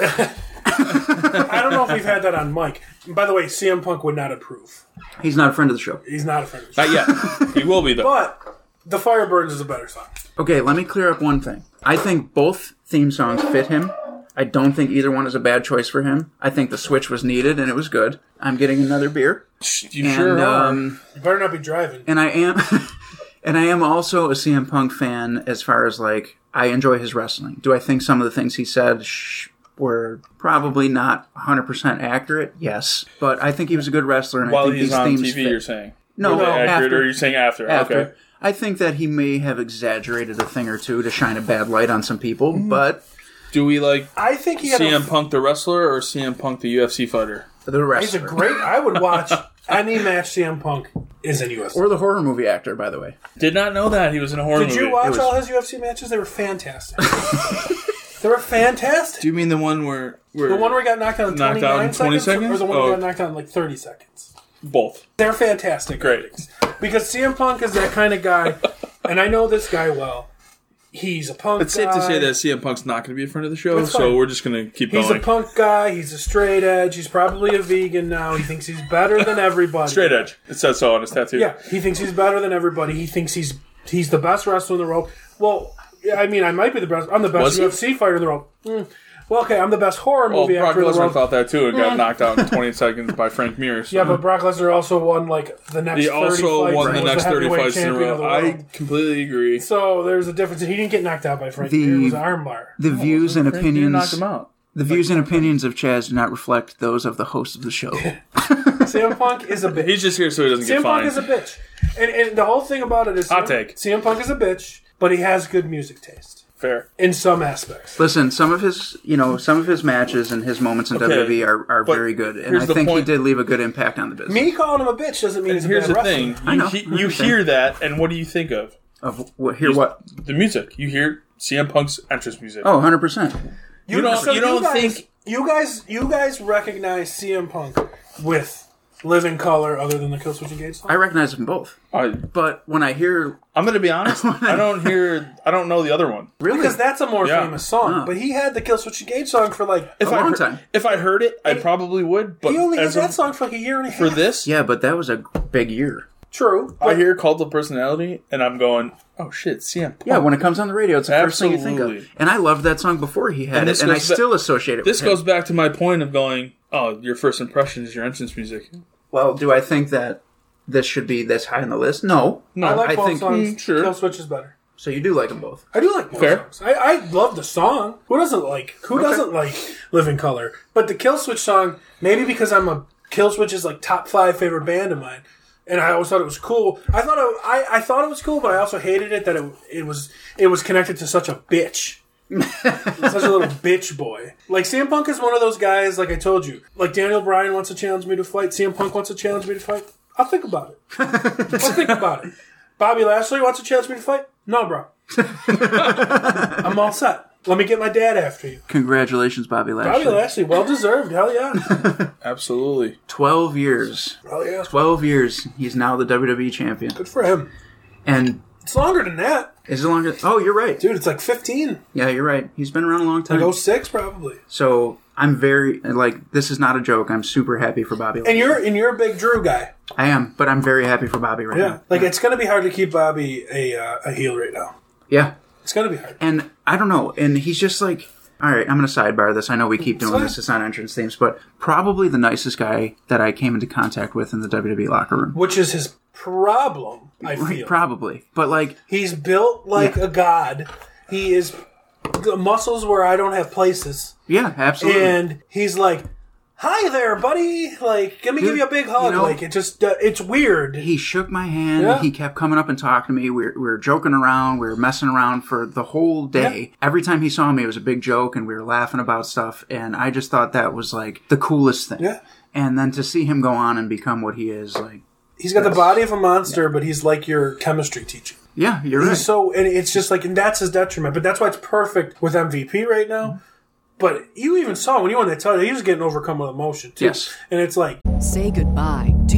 S6: I don't know if we've had
S5: (laughs)
S6: that on mic. And by the way, CM Punk would not approve.
S4: (laughs) He's not a friend of the show.
S6: He's not a friend of the show.
S5: Not yet. He will be though.
S6: But The Firebirds is a better song.
S4: Okay, let me clear up one thing. I think both theme songs fit him. I don't think either one is a bad choice for him. I think the switch was needed and it was good. I'm getting another beer.
S5: you sure
S4: and,
S5: are.
S4: um,
S6: You better not be driving.
S4: and I am (laughs) and I am also a CM Punk fan as far as like I enjoy his wrestling. Do I think some of the things he said sh- were probably not 100% accurate? Yes, but I think he was a good wrestler and I
S5: While
S4: think
S5: he's
S4: these
S5: on
S4: themes
S5: TV,
S4: fit.
S5: you're saying.
S4: no,
S5: Were they accurate,
S4: after,
S5: or you're saying after?
S4: after.
S5: Okay.
S4: I think that he may have exaggerated a thing or two to shine a bad light on some people, but
S5: Do we like
S6: I think he had a,
S5: CM Punk the wrestler or CM Punk the UFC fighter?
S4: the
S6: he's
S4: wrestler (laughs)
S6: a great. I
S5: (laughs)
S6: would watch any match CM Punk is in UFC.
S4: or the horror movie actor, by the way.
S5: Did not know that he was in a horror
S6: Did
S5: movie.
S6: you watch
S4: was-
S6: all his UFC matches? They were fantastic. they were fantastic.
S5: Do you mean the one where, where
S6: The one where he got knocked out in
S5: Knocked
S6: 29
S5: out in 20
S6: seconds? Or the one
S5: seconds?
S6: where he
S5: Oh.
S6: got knocked out in like 30 seconds?
S5: both?
S6: They're fantastic.
S5: Great.
S6: ratings. Because CM Punk is that kind
S5: (laughs)
S6: of guy, and I know this guy well. He's a punk
S5: It's safe to
S6: guy.
S5: say that CM Punk's not going to be a friend of the show,
S6: That's
S5: so
S6: fine.
S5: we're just going to keep
S6: He's
S5: going.
S6: a punk guy. He's a straight edge. He's probably a vegan now. He thinks he's better
S5: (laughs)
S6: than everybody.
S5: Straight edge. It says so on his tattoo.
S6: Yeah, he thinks he's better than everybody. He thinks he's he's the best wrestler in the world. Well, yeah, I mean, I might be the best. I'm the
S5: Was
S6: best
S5: he?
S6: UFC fighter in the world. Mm. Well, okay, I'm the best horror
S5: Well,
S6: movie
S5: Brock
S6: actor in the
S5: Lesnar
S6: world.
S5: thought that too and got knocked out
S6: (laughs)
S5: in 20 seconds by Frank Mir. so-
S6: Yeah, but Brock Lesnar also won like the next.
S5: he
S6: 30
S5: also
S6: fights
S5: won
S6: and
S5: the
S6: was
S5: next 30
S6: heavyweight
S5: fights in a
S6: champion
S5: row.
S6: of the
S5: I
S6: world.
S5: completely agree.
S6: So there's a difference. He didn't get knocked out by Frank.
S4: The-
S6: Mir. It was an armbar.
S5: (laughs)
S4: The views and
S5: You knocked
S4: opinions
S5: him out.
S4: the views and opinions of Chaz do not reflect those of the host of the show.
S6: CM Punk is a bitch.
S5: He's just here so he doesn't
S6: CM
S5: get
S6: Punk
S5: fined.
S6: is a bitch. And, and the whole thing about it is
S5: Hot
S6: CM
S5: take.
S6: CM Punk is a bitch, but he has good music taste
S5: Fair.
S6: in some aspects.
S4: Listen, some of his, you know, some of his matches and his moments in WWE are, are
S5: but
S4: very good, and
S5: here's
S4: I
S5: the
S4: think he
S5: point.
S4: did leave a good impact on the business.
S6: Me calling him a bitch doesn't mean
S5: And
S6: he's a
S5: here's
S6: bad
S5: the
S6: wrestler.
S5: thing:
S4: I
S5: you,
S4: know.
S5: he,
S4: I
S5: you
S4: understand.
S5: hear that, and what do you think of
S4: Of what, hear what?
S5: the music? You hear CM Punk's entrance music.
S4: Oh, 100 percent.
S5: you don't.
S6: so
S5: you don't
S6: guys-
S5: think
S6: you guys you guys recognize CM Punk with Living Color other than the Kill Switch Engage song?
S4: I recognize them both,
S5: I,
S4: but when I hear
S5: am going to be
S4: (laughs)
S5: honest. I don't hear. I don't know the other one.
S4: really,
S6: because that's a more
S5: Yeah.
S6: famous song. But he had the Kill Switch Engage song for like
S5: If
S4: long
S5: I heard,
S4: time.
S5: If I heard it, I probably would. But
S6: he only had
S5: as
S6: that
S5: of-
S6: song for like a year and a half.
S5: for this,
S4: yeah, but that was a big year.
S6: True.
S5: I hear cult of personality, and I'm going, oh shit, CM Punk.
S4: Yeah, when it comes on the radio, it's the first thing you think
S5: Absolutely.
S4: of. And I loved that song before he had
S5: And
S4: it,
S5: this
S4: and I
S5: goes ba-
S4: still associate it.
S5: this
S4: with him.
S5: goes back to my point of going, oh, your first impression is your entrance music.
S4: Well, do I think that this should be this high on the list? No.
S5: No,
S6: I like
S4: I
S6: both
S4: think-
S6: songs.
S5: Mm, sure.
S6: Kill Switch is better.
S4: So you do like them both.
S6: I do like both
S5: Fair.
S6: songs. I, I love the song. Who doesn't like who doesn't like Living Color? But the Kill Switch song, maybe because I'm a Kill Switch is like top five favorite band of mine, and I always thought it was cool. I thought it, I I thought it was cool, but I also hated it that it it was it was connected to such a bitch. Such a little bitch boy. Like CM Punk is one of those guys. Like I told you, like Daniel Bryan wants to challenge me to fight. CM Punk wants to challenge me to fight. I'll think about it. I'll think about it. Bobby Lashley wants to challenge me to fight. No, bro. I'm all set. Let me get my dad after you.
S4: Congratulations, Bobby Lashley.
S6: Bobby Lashley, well deserved. Hell yeah.
S5: Absolutely.
S4: 12 years.
S6: Hell yeah.
S4: 12 years. He's now the WWE champion.
S6: Good for him.
S4: And
S6: It's longer than that.
S4: is it longer? Oh, you're right.
S6: Dude, it's like 15.
S4: Yeah, you're right. He's been around a long time.
S6: Like 06 probably.
S4: So I'm very, like, this is not a joke. I'm super happy for Bobby.
S6: And you're and you're a big Drew guy.
S4: I am, but I'm very happy for Bobby right now.
S6: Like it's going to be hard to keep Bobby a uh, a heel right now.
S4: Yeah.
S6: It's going to be hard.
S4: and I don't know. And he's just like, all right, I'm going to sidebar this. I know we keep doing this. It's not entrance themes, but probably the nicest guy that I came into contact with in the WWE locker room.
S6: Which is his problem, I feel.
S4: Probably, but like,
S6: He's built like a god. He is the muscles where I don't have places.
S4: yeah, absolutely.
S6: And he's like, "Hi there, buddy! Like, let me
S4: Dude,
S6: give you a big hug."
S4: you know-
S6: like, it just uh, it's weird.
S4: He shook my hand.
S6: Yeah.
S4: He kept coming up and talking to me. We were, we were joking around. We were messing around for the whole day. Every time he saw me, it was a big joke, and we were laughing about stuff. And I just thought that was like the coolest thing.
S6: Yeah.
S4: And then to see him go on and become what he is, like,
S6: he's got the body of a monster, but he's like your chemistry teacher.
S4: yeah, you're
S6: He's
S4: right.
S6: so, and it's just like, and that's his detriment. But that's why it's perfect with MVP
S4: Mm-hmm.
S6: right now. But you even saw when he won that title, he was getting overcome with emotion too.
S4: Yes.
S6: and it's like
S7: Say goodbye to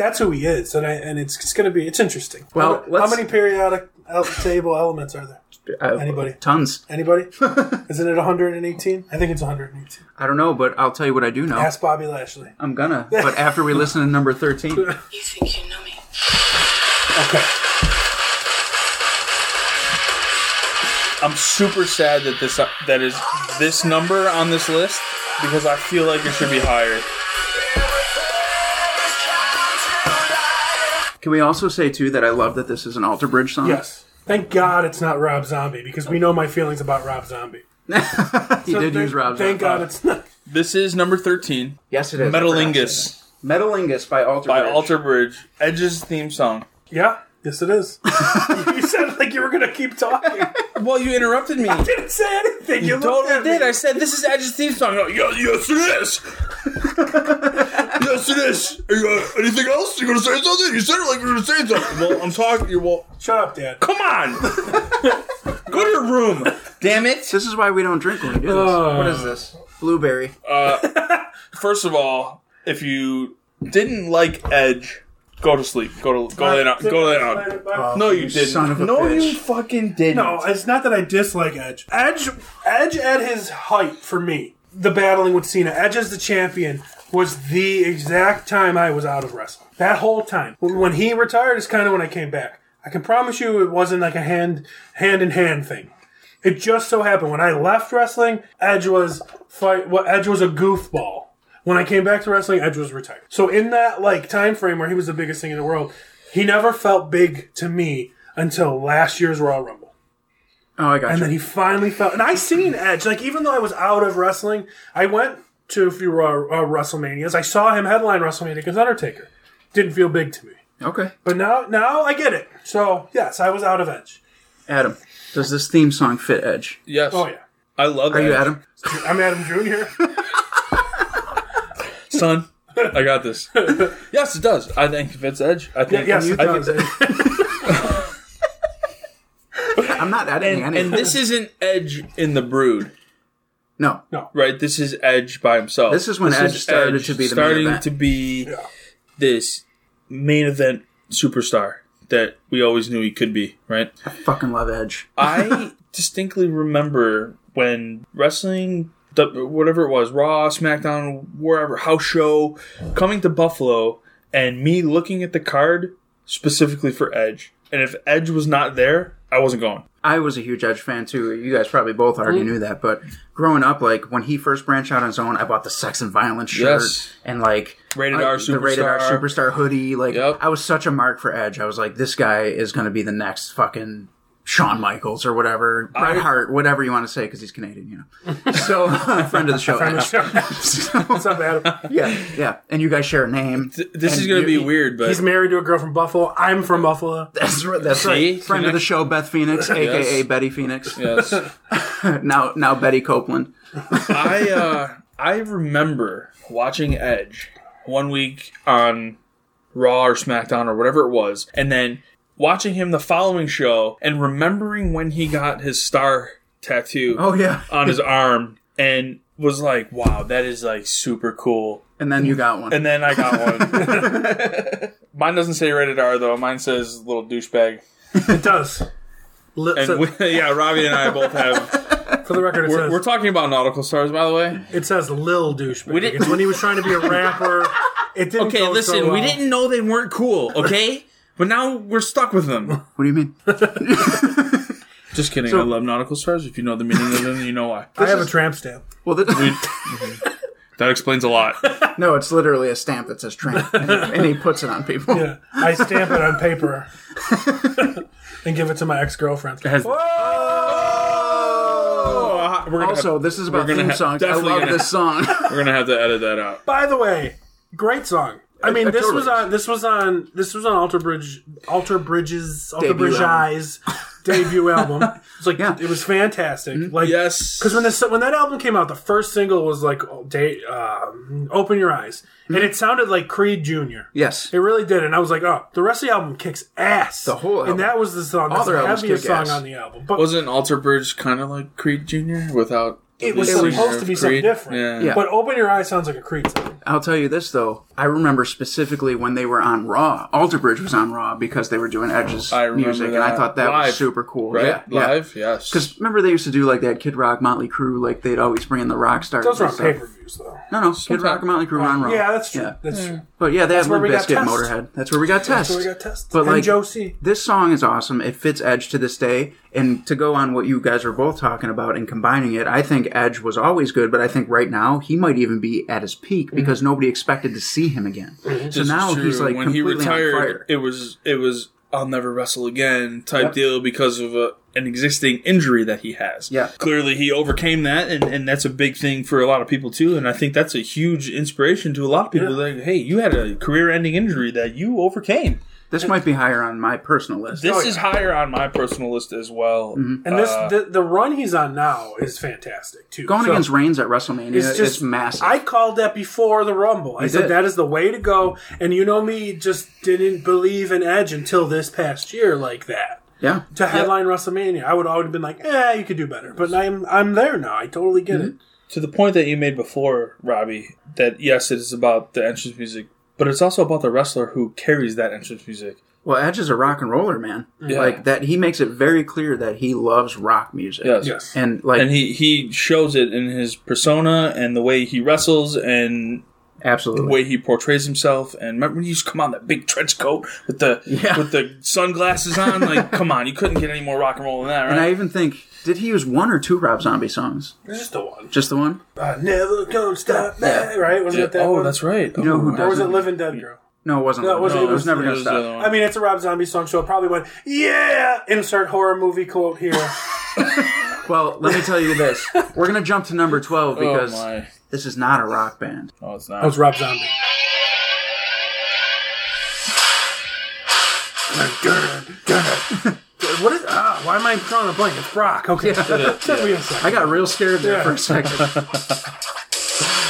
S6: that's who he is, and I, and it's, it's going to be it's interesting.
S4: Well,
S6: how,
S4: let's-
S6: how many periodic el- table elements are there?
S4: Uh,
S6: Anybody?
S4: Tons. (laughs)
S6: Anybody? Isn't it 118? I think it's 118.
S4: I don't know, but I'll tell you what I do know.
S6: Ask Bobby Lashley.
S4: I'm gonna. But after we listen to number
S6: (laughs)
S4: 13.
S8: You think you know me?
S6: Okay.
S5: I'm super sad that this that is this number on this list because I feel like it should be higher.
S4: Can we also say, too, that I love that this is an Alter Bridge song?
S6: Yes. Thank God it's not Rob Zombie because we know my feelings about Rob Zombie.
S4: He did use Rob's.
S6: Thank God it's not.
S5: This is number 13,
S4: Yes, it is.
S5: Metalingus
S4: Metalingus by Alter
S5: by
S4: Bridge.
S5: Alter Bridge, Edge's theme song.
S6: Yeah. Yes, it is. you sounded like you were going to keep talking.
S5: Well, you interrupted (laughs) me.
S6: I didn't say anything. You,
S5: You
S6: looked
S5: totally
S6: at me.
S5: did. I said this is Edge's theme song. Oh, yes, yes, it (laughs) is. yes, it is. Are you, uh, anything else? You gonna say something? You said it like you were gonna say something. well, I'm talking. You well,
S6: Shut up, Dad.
S5: come (laughs) on. Go to your room. Damn it.
S4: This is why we don't drink when we do this.
S6: Oh.
S4: what is this? Blueberry.
S5: First of all, if you didn't like Edge, go to sleep. Go to go lay down. Go lay down. No, you didn't.
S4: son of a
S5: no,
S4: bitch.
S5: you fucking didn't.
S6: No, it's not that I dislike Edge. Edge, Edge at his height for me, the battling with Cena, Edge as the champion was the exact time I was out of wrestling. That whole time, when he retired, is kind of when I came back. I can promise you, it wasn't like a hand hand in hand thing. It just so happened when I left wrestling, Edge was fight. Well, Edge was a goofball. When I came back to wrestling, Edge was retired. So in that like time frame where he was the biggest thing in the world, he never felt big to me until last year's Royal Rumble.
S4: Oh, I got
S6: And
S4: you.
S6: then he finally felt. And I seen Edge. Like even though I was out of wrestling, I went to a few Raw, uh, WrestleManias. I saw him headline WrestleMania against Undertaker. Didn't feel big to me.
S4: okay.
S6: But now, now I get it. So yes, I was out of Edge.
S4: Adam, does this theme song fit Edge?
S5: Yes.
S6: Oh yeah,
S5: I love.
S4: Are
S5: Edge.
S4: you Adam?
S6: I'm Adam Jr.
S5: son? I got
S6: (laughs)
S5: this. yes, it does. I think it fits Edge. I think
S6: yes,
S5: I
S6: it
S5: think
S6: does.
S4: I'm not editing
S5: And,
S4: anything.
S5: and this isn't Edge in the Brood,
S4: no.
S5: right? This is Edge by himself.
S4: This is when Edge started to be the main
S5: starting
S4: event.
S5: to be this main event superstar that we always knew he could be,
S4: (laughs)
S5: right?
S4: Fucking love Edge.
S5: I distinctly remember when wrestling, the- whatever it was, Raw, SmackDown, wherever, house show, coming to Buffalo, and me looking at the card specifically for Edge. And if Edge was not there, I wasn't going.
S4: I was a huge Edge fan too. You guys probably both already knew that, but growing up, like when he first branched out on his own, I bought the Sex and Violence shirt
S5: Yes.
S4: and like
S5: Rated
S4: I-
S5: R
S4: the rated R
S5: superstar.
S4: superstar hoodie. Like
S5: Yep.
S4: I was such a mark for Edge. I was like, this guy is going to be the next fucking Shawn Michaels or whatever, Bret Hart, whatever you want to say, because he's Canadian, you
S5: (laughs)
S4: know. So (laughs) friend of the show. Edge.
S6: (laughs) What's up,
S5: (laughs)
S6: Adam?
S4: (laughs) Yeah, yeah, and you guys share a name.
S5: This
S4: And
S5: is going to
S4: you-
S5: be weird, but
S6: He's married to a girl from Buffalo. I'm from Buffalo.
S4: That's right. That's
S5: See?
S4: right. Friend of the show, Beth Phoenix, aka
S5: (laughs) Yes.
S4: Betty Phoenix.
S5: yes.
S4: Now, now Betty Copeland.
S5: (laughs) I uh, I remember watching Edge one week on Raw or SmackDown or whatever it was, and then watching him the following show and remembering when he got his star tattoo
S4: Oh yeah.
S5: on his arm and was like, "Wow, that is like super cool."
S4: And then you got one.
S5: And then I got one. (laughs) Mine doesn't say rated R though. Mine says little douchebag.
S6: It does. Li-
S5: And
S6: so-
S5: we, (laughs) yeah, Robbie and I both have.
S6: (laughs)
S5: (laughs)
S6: for the record, it
S5: We're,
S6: says
S5: we're talking about nautical stars, by the way.
S6: it says Lil douchebag.
S5: We didn't-
S6: It's when he was trying to be a rapper. It
S5: (laughs)
S6: didn't.
S5: Okay,
S6: go so
S5: listen, we
S6: well.
S5: didn't know they weren't cool, (laughs) okay? but now we're stuck with them.
S4: what do you mean?
S5: (laughs) Just kidding. I love nautical stars. If you know the meaning of them, you know (laughs) why.
S6: I have a tramp stamp.
S4: Well, the,
S5: That explains a (laughs) lot.
S4: no, it's literally a stamp that says tramp, and, and he puts it on people.
S6: Yeah, I stamp it on paper (laughs) and give it to my ex girlfriend.
S5: has-
S4: Oh!
S5: we're gonna
S4: (laughs) Also,
S5: have,
S4: this is about
S5: we're gonna
S4: theme
S5: have-
S4: songs. I
S5: definitely
S4: love
S5: gonna-
S4: this song. (laughs)
S5: we're gonna have to edit that out.
S6: By the way, great song. I mean, this
S4: totally.
S6: was on this was on this was on Alter Bridge, Alter Bridges, Alter
S4: Debut
S6: Bridge
S4: album.
S6: Eyes debut album. It's like
S4: Yeah. Mm-hmm.
S6: it was fantastic. Like
S5: Yes.
S6: because when this when that album came out, the first single was like oh, day, um "Open Your Eyes," and it sounded like Creed Junior.
S4: Mm-hmm. Yes.
S6: It really did, and I was like, "Oh, the rest of the album kicks ass." The
S4: whole album.
S6: and that was the song,
S4: All
S6: that's
S4: their
S6: the
S4: albums
S6: heaviest
S4: kick
S6: song
S4: ass.
S6: on the album. But
S5: Wasn't Alter Bridge kind of like Creed Junior without?
S6: it was
S5: the singer
S6: supposed to
S5: of
S6: be something
S5: Creed?
S6: different.
S5: Yeah.
S4: Yeah.
S6: But "Open Your Eyes" sounds like a Creed song.
S4: I'll tell you this though. I remember specifically when they were on Raw. Alter Bridge was on Raw because they were doing Edge's
S5: I remember
S4: music, and I
S5: that.
S4: thought that
S5: Live,
S4: was super cool.
S5: Right.
S4: Yeah, yeah.
S5: Live. Yes.
S4: Because remember they used to do like that Kid Rock, Motley Crue, like they'd always bring in the rock stars.
S6: Those are
S4: and
S6: on
S4: stuff.
S6: pay per views, though.
S4: No, no, Kid Rock and Motley Crue were on Raw.
S6: Yeah, that's true. That's true.
S4: But yeah, they had
S6: where
S4: Limp
S6: we got
S4: Bizkit,
S6: Test.
S4: Motorhead. That's where we got Test.
S6: So we got tests.
S4: But
S6: and
S4: like
S6: Josie.
S4: this song is awesome. It fits Edge to this day, and to go on what you guys are both talking about and combining it, I think Edge was always good. But I think right now he might even be at his peak because nobody expected to see him again. So
S5: Mm-hmm. This is
S4: now he's
S5: true.
S4: like
S5: when he
S4: completely
S5: retired,
S4: on fire.
S5: it was it was I'll never wrestle again type deal because of a, an existing injury that he has.
S4: Yeah.
S5: clearly he overcame that, and, and that's a big thing for a lot of people too. And I think that's a huge inspiration to a lot of people. Like, hey, you had a career-ending injury that you overcame.
S4: this might be higher on my personal list. Oh,
S5: This is higher on my personal list as well.
S4: Mm-hmm.
S6: and this the, the run he's on now is fantastic too.
S4: uh, Going
S6: So
S4: against Reigns at WrestleMania
S6: it's just
S4: is massive.
S6: I called that before the Rumble. I said
S4: did.
S6: that is the way to go. And you know me, just didn't believe in Edge until this past year, like that.
S4: yeah,
S6: To headline WrestleMania, I would already been like, "Eh, you could do better." But I'm I'm there now. I totally get it.
S4: Mm-hmm.
S5: To the point that you made before, Robbie, that yes, it is about the entrance music, but it's also about the wrestler who carries that entrance music.
S4: Well, Edge is a rock and roller man. Like that, he makes it very clear that he loves rock music.
S5: Yes.
S6: Yes.
S4: and like
S5: and he he shows it in his persona and the way he wrestles and the
S4: absolutely.
S5: way he portrays himself. And remember, when he used to come on that big trench coat with the
S4: Yeah.
S5: with the
S4: (laughs)
S5: sunglasses on. Like, come on, you couldn't get any more rock and roll than that, right?
S4: And I even think, did he use one or two Rob Zombie songs?
S6: It's just the one.
S4: Just the one?
S6: I Uh, never gonna stop that. Right? Wasn't it that
S5: oh,
S6: one?
S5: that's right. Oh,
S4: You know who
S6: Or was it
S4: doesn't-
S6: Living Dead Girl?
S4: No, it wasn't.
S6: No, it
S4: Living
S6: wasn't-
S4: Dead.
S6: it was-
S4: never
S5: it
S4: going to
S5: was the other
S4: stop.
S5: one.
S6: I mean, it's a Rob Zombie song, so it probably went, yeah! Insert horror movie quote here.
S4: Well, let me tell you
S6: (laughs)
S4: this. We're going to jump to number 12 because
S5: Oh my. Oh
S4: this is not a rock band.
S5: No, it's not.
S6: That was Rob Zombie. (laughs) what is? Ah, why am I drawing a blank? It's Brock. Okay,
S5: (laughs)
S6: (laughs) Took me a second.
S4: I got real scared there
S6: Yeah.
S4: for a second.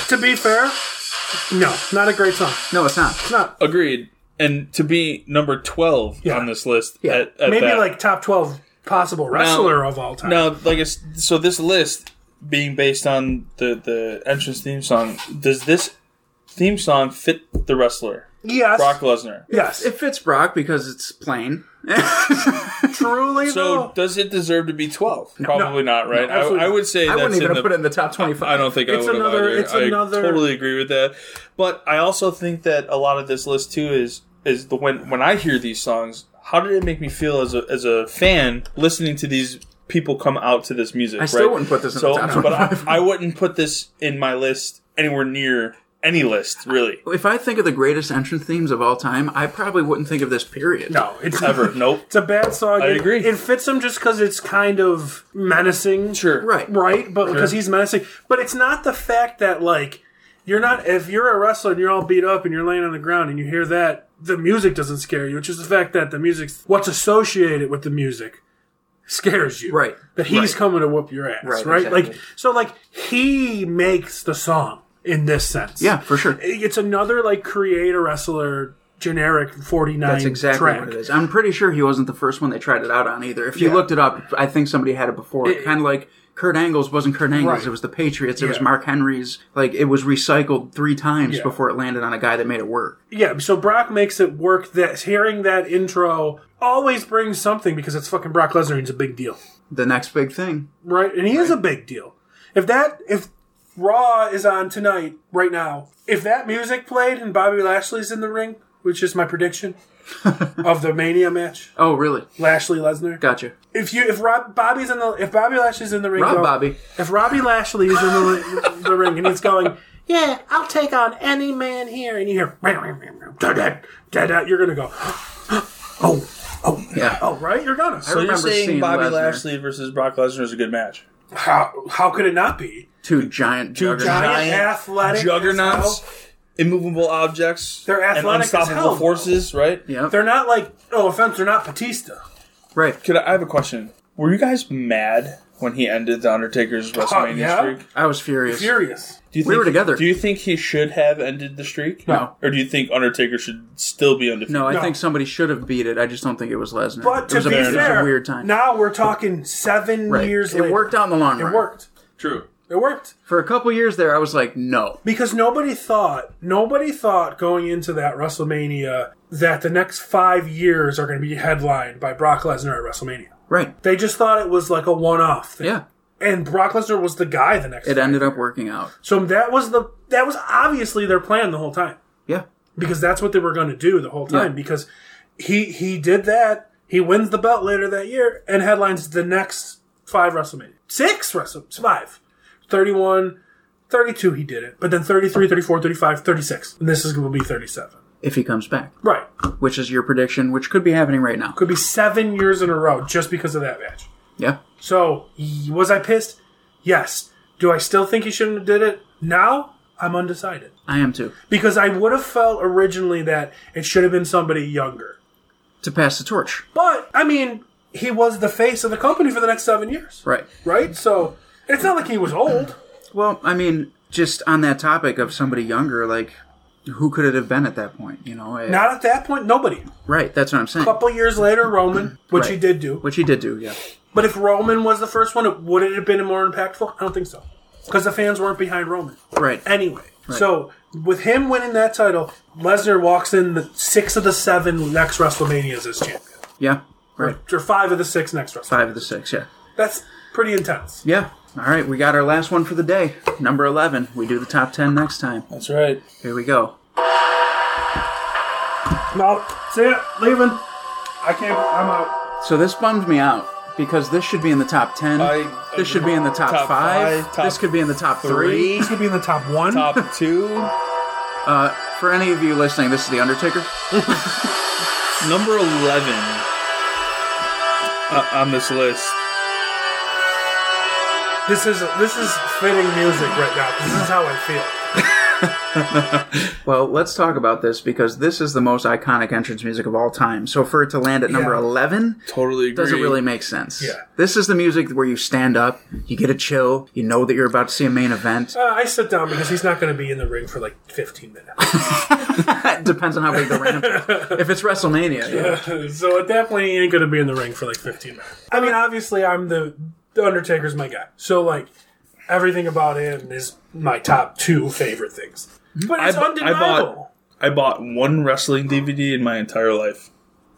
S6: to be fair, no, not a great song.
S4: No, it's not.
S6: Not
S5: Agreed. And to be number twelve
S6: Yeah.
S5: on this list,
S4: Yeah.
S5: at, at
S6: maybe
S5: that.
S6: like top twelve possible wrestler of all time.
S5: Now, like, it's, so this list being based on the the entrance theme song, does this theme song fit the wrestler
S6: yes,
S5: Brock Lesnar?
S6: yes,
S4: It fits Brock because it's plain. (laughs)
S6: truly
S5: So
S6: though.
S5: does it deserve to be twelve? Probably not, right?
S6: absolutely
S5: I, I would say
S4: I
S5: that's
S4: wouldn't even have
S5: in the,
S4: put it in the top 25.
S5: I don't think
S6: It's
S5: I would
S6: another-
S5: have either.
S6: it's
S5: I
S6: another-
S5: totally agree with that. But I also think that a lot of this list too is is the when when I hear these songs, how did it make me feel as a, as a fan listening to these people come out to this music?
S4: I still
S5: right?
S4: wouldn't put this in
S5: so,
S4: the top
S5: but I,
S4: 25.
S5: I wouldn't put this in my list anywhere near any list really.
S4: If I think of the greatest entrance themes of all time, I probably wouldn't think of this period.
S6: No,
S4: (laughs)
S6: it's
S5: Ever. Nope.
S6: It's a bad song.
S5: I
S6: It-
S5: agree.
S6: It, fits him just because it's kind of menacing.
S5: Sure.
S4: Right.
S6: Right, but because he's menacing. But it's not the fact that like you're not if you're a wrestler and you're all beat up and you're laying on the ground and you hear that the music doesn't scare you. It's just the fact that the music's what's associated with the music scares you.
S4: Right.
S6: That he's
S4: Right.
S6: coming to whoop your ass.
S4: Right,
S6: Right.
S4: exactly.
S6: Like so like he makes the song in this sense.
S4: Yeah, for sure.
S6: It's another like create a wrestler generic 49
S4: That's exactly
S6: track.
S4: what it is. I'm pretty sure he wasn't the first one they tried it out on either. If you
S6: Yeah.
S4: looked it up, I think somebody had it before. kind of like Kurt Angle's wasn't Kurt Angle's;
S6: Right.
S4: it was the Patriots. It was
S6: Yeah.
S4: Mark Henry's. Like it was recycled three times
S6: Yeah.
S4: before it landed on a guy that made it work.
S6: Yeah, so Brock makes it work that hearing that intro always brings something because it's fucking Brock Lesnar and he's a big deal.
S4: The next big thing.
S6: Right? And he is a big deal. If that if Raw is on tonight, right now, if that music played and Bobby Lashley's in the ring, which is my
S4: (laughs)
S6: prediction of the Mania match,
S4: Oh, really?
S6: Lashley Lesnar.
S4: Gotcha.
S6: If you if Rob Bobby's in the if Bobby Lashley's in the ring
S4: Rob
S6: go-
S4: Bobby.
S6: if Robbie Lashley is in the, the ring and he's going, yeah, I'll take on any man here, and you hear, da da da da, you're gonna go, (gasps) oh, oh,
S4: Yeah.
S6: oh, right, you're gonna.
S5: So you're
S4: remember seeing
S5: saying Bobby
S4: Lesnar.
S5: Lashley versus Brock Lesnar is a good match?
S6: how how could it not be?
S4: Two giant two
S6: giant- athletic
S5: juggernauts,
S6: as
S5: immovable objects,
S6: They're
S5: and
S6: athletic as
S5: unstoppable
S6: hell.
S5: forces, right?
S4: Yeah.
S6: They're not like, no offense, they're not Batista.
S4: Right.
S5: Could I, I have a question? Were you guys mad when he ended the Undertaker's WrestleMania
S6: yeah.
S5: streak?
S4: I was furious.
S6: Furious.
S5: Do you
S4: Oh, We were together.
S5: Do you think he should have ended the streak?
S4: No.
S5: Or do you think Undertaker should still be undefeated?
S4: No, I
S6: No.
S4: think somebody should have beat it. I just don't think it was Lesnar.
S6: But
S4: it
S6: to
S4: was
S6: be
S4: a, it was a
S6: fair,
S4: weird time.
S6: now we're talking seven
S4: Right.
S6: years
S4: it
S6: later.
S4: worked out in the long
S6: It
S4: run.
S6: worked.
S5: True.
S6: It worked.
S4: For a couple years there, I was like, no.
S6: because nobody thought nobody thought going into that WrestleMania that the next five years are going to be headlined by Brock Lesnar at WrestleMania.
S4: Right.
S6: They just thought it was like a one-off thing.
S4: Yeah.
S6: And Brock Lesnar was the guy the next.
S4: It
S6: time.
S4: ended up working out.
S6: So that was the that was obviously their plan the whole time
S4: Yeah.
S6: because that's what they were going to do the whole time
S4: Yeah.
S6: because he he did that he wins the belt later that year and headlines the next five WrestleMania six Wrestle five 31 32 he did it but then 33 34 35 36 and this is going to be 37
S4: If he comes back,
S6: right
S4: which is your prediction, which could be happening right now.
S6: could be seven years in a row just because of that match
S4: Yeah.
S6: so y- was I pissed yes do I still think he shouldn't have did it now I'm undecided
S4: I am too.
S6: because I would have felt originally that it should have been somebody younger
S4: To pass the torch.
S6: But I mean, he was the face of the company for the next seven years,
S4: Right.
S6: right? So it's not like he was old.
S4: Well, I mean, just on that topic of somebody younger, like, who could it have been at that point? You know? It-
S6: Not at that point, nobody.
S4: right. That's what I'm saying.
S6: A couple years later, Roman, which he
S4: Right.
S6: did do.
S4: Which he did do, yeah.
S6: But if Roman was the first one, it, would it have been more impactful? I don't think so, because the fans weren't behind Roman
S4: Right.
S6: anyway. So with him winning that title, Lesnar walks in the six of the seven next WrestleManias as champion,
S4: yeah. Right.
S6: or five of the six next WrestleMania.
S4: Five of the six, yeah.
S6: That's pretty intense.
S4: Yeah. All right, we got our last one for the day. Number 11. We do the top 10 next time.
S5: That's right.
S4: Here we go.
S6: No, see it, leaving. I can't. I'm out.
S4: So this bummed me out because this should be in the top 10.
S5: I-
S4: this should be in the top,
S5: Top
S4: 5.
S5: five, top
S4: this could be in the top 3.
S6: He's gonna be in the top one.
S4: (laughs)
S5: Top two.
S4: For any of you listening, this is The Undertaker.
S5: Number 11 uh, on this list.
S6: This is this is fitting music right now. 'cause This is how I feel.
S4: Well, let's talk about this because this is the most iconic entrance music of all time. So for it to land at number
S6: Yeah.
S4: 11
S5: Totally agree.
S4: doesn't really make sense.
S6: Yeah.
S4: This is the music where you stand up, you get a chill, you know that you're about to see a main (laughs) event.
S6: Uh, I sit down because he's not gonna be in the ring for like 15 minutes. (laughs)
S4: It depends on how big the ramp is. If it's WrestleMania, yeah.
S6: so at that point, he ain't gonna be in the ring for like 15 minutes. I mean, obviously, I'm the the Undertaker's my guy. So like everything about him is my top two favorite things. But it's
S5: bu- I
S6: undeniable,
S5: I bought one wrestling DVD in my entire life,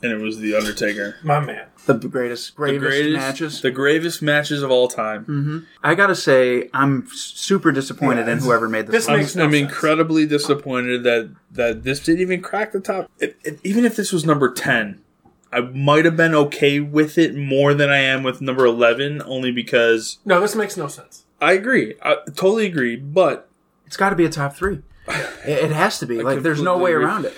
S5: and it was The Undertaker.
S6: my man.
S4: the greatest, gravest matches. Hmm.
S5: the gravest matches of all time.
S4: I gotta say, I'm super disappointed in whoever made this.
S6: This
S4: list.
S6: makes
S5: I'm,
S6: no
S5: I'm
S6: sense.
S5: incredibly disappointed that that this didn't even crack the top. It, it, even if this was number ten, I might have been okay with it more than I am with number 11, only because
S6: No, this makes no sense.
S5: I agree. I totally agree. But
S4: It's got to be a top three. It, it has to be.
S5: (laughs)
S4: like, there's no
S5: completely
S4: way
S5: agree.
S4: around it.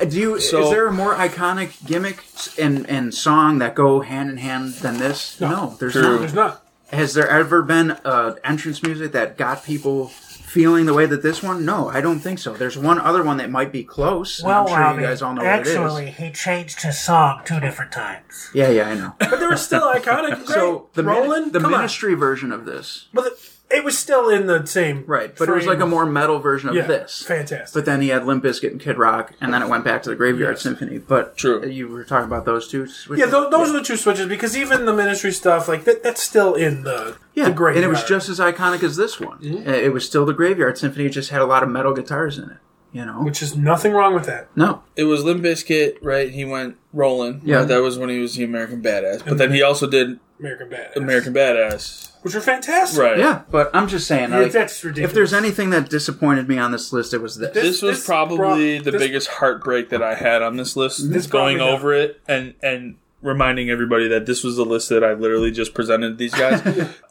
S4: Uh, Do you?
S5: So-
S4: is there a more iconic gimmick s- and and song that go hand in hand than this? No, there's
S5: True.
S4: not.
S6: There's not.
S4: Has there ever been uh, entrance music that got people feeling the way that this one? No, I don't think so. There's one other one that might be close. and
S8: Well,
S4: I'm sure
S8: Robbie,
S4: you guys all know what
S8: actually,
S4: it is.
S8: he changed his song two different times.
S4: Yeah, yeah, I know.
S6: But they were still iconic.
S4: (laughs)
S6: Great.
S4: So the mini-
S6: Roland,
S4: the
S6: come on.
S4: ministry version of this,
S6: But the- it was still in the same.
S4: right? But it was like a
S6: frame.
S4: more metal version of
S6: Yeah,
S4: this.
S6: fantastic.
S4: But then he had Limp Bizkit and Kid Rock, and then it went back to the Graveyard Symphony. But
S5: True.
S4: you were talking about those two.
S6: Yeah, th- those are the two switches because even the ministry stuff, like that, that's still in the
S4: Yeah,
S6: the Mm-hmm. great.
S4: and it was just as iconic as this one. Uh, It was still the Graveyard Symphony. It just had a lot of metal guitars in it. You know,
S6: which is nothing wrong with that.
S4: no,
S5: it was Limp Bizkit, right? He went rolling.
S4: Yeah.
S5: That was when he was the American Badass. But then he also did
S6: American Badass,
S5: American Badass.
S6: which are fantastic.
S5: Right.
S4: yeah. But I'm just saying,
S6: Yeah,
S4: like,
S6: that's ridiculous.
S4: If there's anything that disappointed me on this list, it was this.
S5: This was
S6: this
S5: probably
S6: brought-
S5: the
S6: this-
S5: biggest heartbreak that I had on this list.
S6: This
S5: going
S6: probably-
S5: over it and and reminding everybody that this was the list that I literally just presented these
S4: (laughs)
S5: guys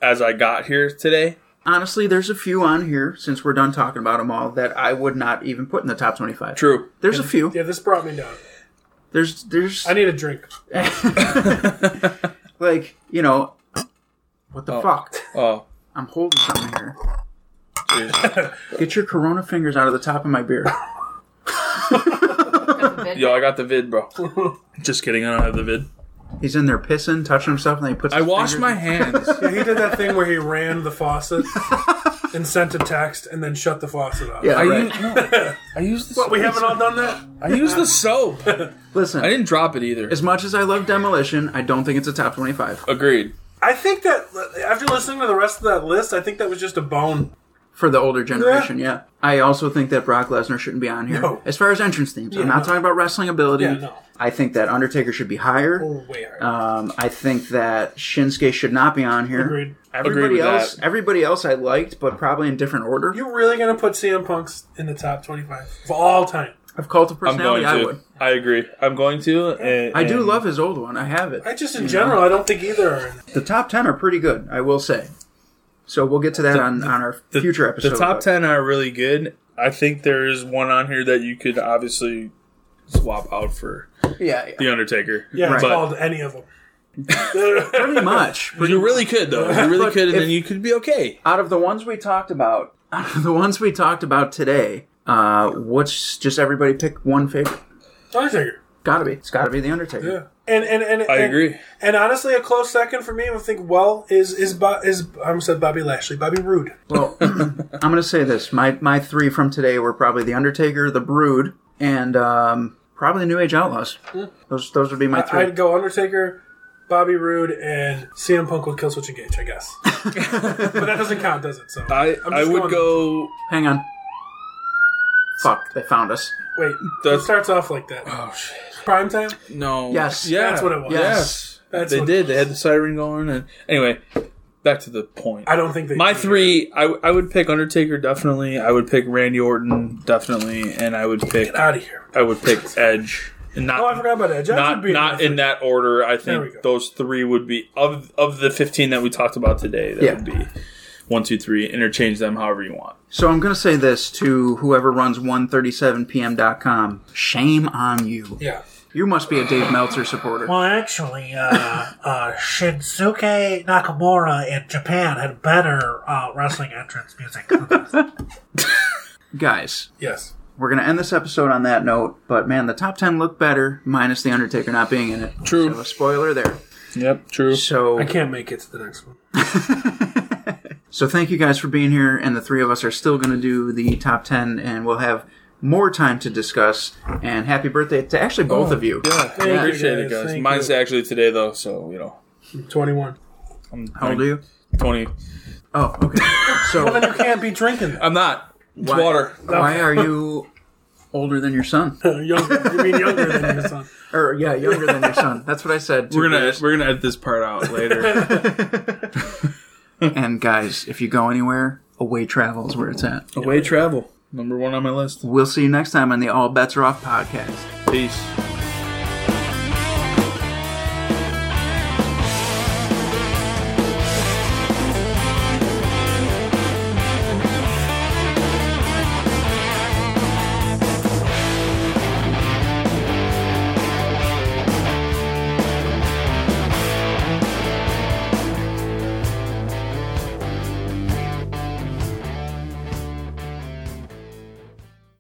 S5: as I got here today.
S4: Honestly, there's a few on here since we're done talking about them all that I would not even put in the top 25.
S5: True.
S4: There's a few.
S6: Yeah, this brought me down.
S4: There's there's
S6: I need a drink.
S4: like you know
S6: Oh.
S4: what the fuck.
S5: Oh.
S4: I'm holding something here.
S5: geez.
S4: Get your Corona fingers out of the top of my beer.
S5: Yo, I got the vid,
S4: (laughs)
S5: bro. Just kidding, I don't have the vid.
S4: He's in there pissing, touching himself, and then he puts.
S5: I
S4: his
S5: washed
S4: fingers-
S5: my hands.
S6: Yeah, he did that thing where he ran the faucet and sent a text and then shut the faucet off.
S4: Yeah,
S5: I,
S4: right.
S5: used, no, I used the
S6: But we haven't all done that.
S5: I used the soap.
S4: Listen,
S5: (laughs) I didn't drop it either.
S4: as much as I love Demolition, I don't think it's a top 25
S5: Agreed.
S6: I think that after listening to the rest of that list, I think that was just a bone.
S4: for the older generation. Yeah. I also think that Brock Lesnar shouldn't be on here.
S6: No.
S4: As far as entrance themes, I'm not talking about wrestling ability.
S6: Yeah, no.
S4: I think that Undertaker should be higher.
S5: Oh.
S6: Way hard.
S4: Um, I think that Shinsuke should not be on here.
S6: Agreed.
S4: Everybody
S5: Agreed with
S4: else,
S5: that.
S4: everybody else, I liked, but probably in different order.
S6: You're really gonna put CM Punk's in the top 25 of all time?
S4: of cult of
S5: I'm
S4: personality,
S5: going to.
S4: I would.
S5: I agree. I'm going to. And,
S4: I do
S5: and-
S4: love his old one. I have it.
S6: I just in general, I don't think either are. in-
S4: The top ten are pretty good, I will say. So we'll get to that on, on our
S5: the,
S4: future episode.
S5: The top
S4: but-
S5: ten are really good. I think there is one on here that you could obviously swap out for
S4: yeah, yeah.
S5: the Undertaker.
S6: Yeah, it's
S4: Right.
S6: called any (laughs) of them.
S4: pretty much.
S5: But you really could though. You really could, and then you could be okay.
S4: out of the ones we talked about, out of the ones we talked about today, uh, what's just everybody pick one favorite?
S6: Undertaker.
S4: Gotta be, it's gotta be the Undertaker.
S6: Yeah. And and and
S5: I
S6: and-
S5: agree.
S6: And honestly, a close second for me, I think. Well, is is Bo- is I almost said Bobby Lashley, Bobby Roode.
S4: Well, (clears throat)
S5: (laughs)
S4: I'm gonna say this. My my three from today were probably the Undertaker, the Brood, and um, probably New Age Outlaws. Those those would be my
S6: I,
S4: three.
S6: would go Undertaker, Bobby Roode, and CM Punk would kill switch engage,
S5: (laughs)
S6: I guess. but that doesn't count, does it? So
S5: I
S6: I'm
S5: I
S6: just
S5: would
S6: going-
S5: go.
S4: Hang on. Fuck, they found us.
S6: Wait,
S5: That's-
S6: it starts off like that. Oh shit! Prime time.
S5: No.
S4: Yes.
S5: Yeah.
S6: That's what it was.
S5: Yes.
S6: That's
S5: they
S6: what-
S5: did. They had the siren going. And anyway, back to the point.
S6: I don't think they.
S5: My three, I, I would pick Undertaker definitely. I would pick Randy Orton definitely, and I would pick
S6: out of here.
S5: I would pick Edge. And not,
S6: Oh, I forgot about Edge. That
S5: Not
S6: would be
S5: not
S6: another-
S5: in that order. I
S6: we go.
S5: think those three would be of of the fifteen that we talked about today. That
S4: Yeah.
S5: would be one, two, three. Interchange them however you want.
S4: So I'm gonna say this to whoever runs 137pm.com. Shame on you.
S6: Yeah.
S4: You must be a Dave Meltzer supporter.
S8: Well, actually, uh,
S6: (laughs)
S8: uh, Shinsuke Nakamura in Japan had better uh, wrestling entrance music. (laughs)
S4: Guys,
S6: Yes.
S4: we're gonna end this episode on that note. But man, the top ten look better, minus the Undertaker not being in it.
S5: True.
S4: So a spoiler there.
S5: Yep, true.
S4: So
S6: I can't make it to the next one.
S4: so thank you guys for being here, and the three of us are still gonna do the top ten, and we'll have more time to discuss. And happy birthday to actually
S6: Oh,
S4: both of you.
S5: Yeah, I
S6: you,
S5: appreciate it,
S6: guys.
S5: guys.
S6: Thank
S5: Mine's
S6: you.
S5: actually today though, so you know.
S6: Twenty-one.
S5: I'm
S4: How old are you?
S5: Twenty.
S4: Oh,
S6: (laughs)
S4: okay. So
S6: You can't be drinking that.
S5: I'm not. It's water.
S4: why are you older than your son?
S6: (laughs) younger. You mean younger than your son?
S4: Or yeah, younger than
S5: (laughs)
S4: your son. That's what I said.
S5: We're gonna we're gonna edit this part out (laughs) later.
S4: And guys, if you go anywhere, away travel is where it's at.
S5: Away travel. Number one on my list.
S4: We'll see you next time on the All Bets Are Off podcast.
S5: Peace.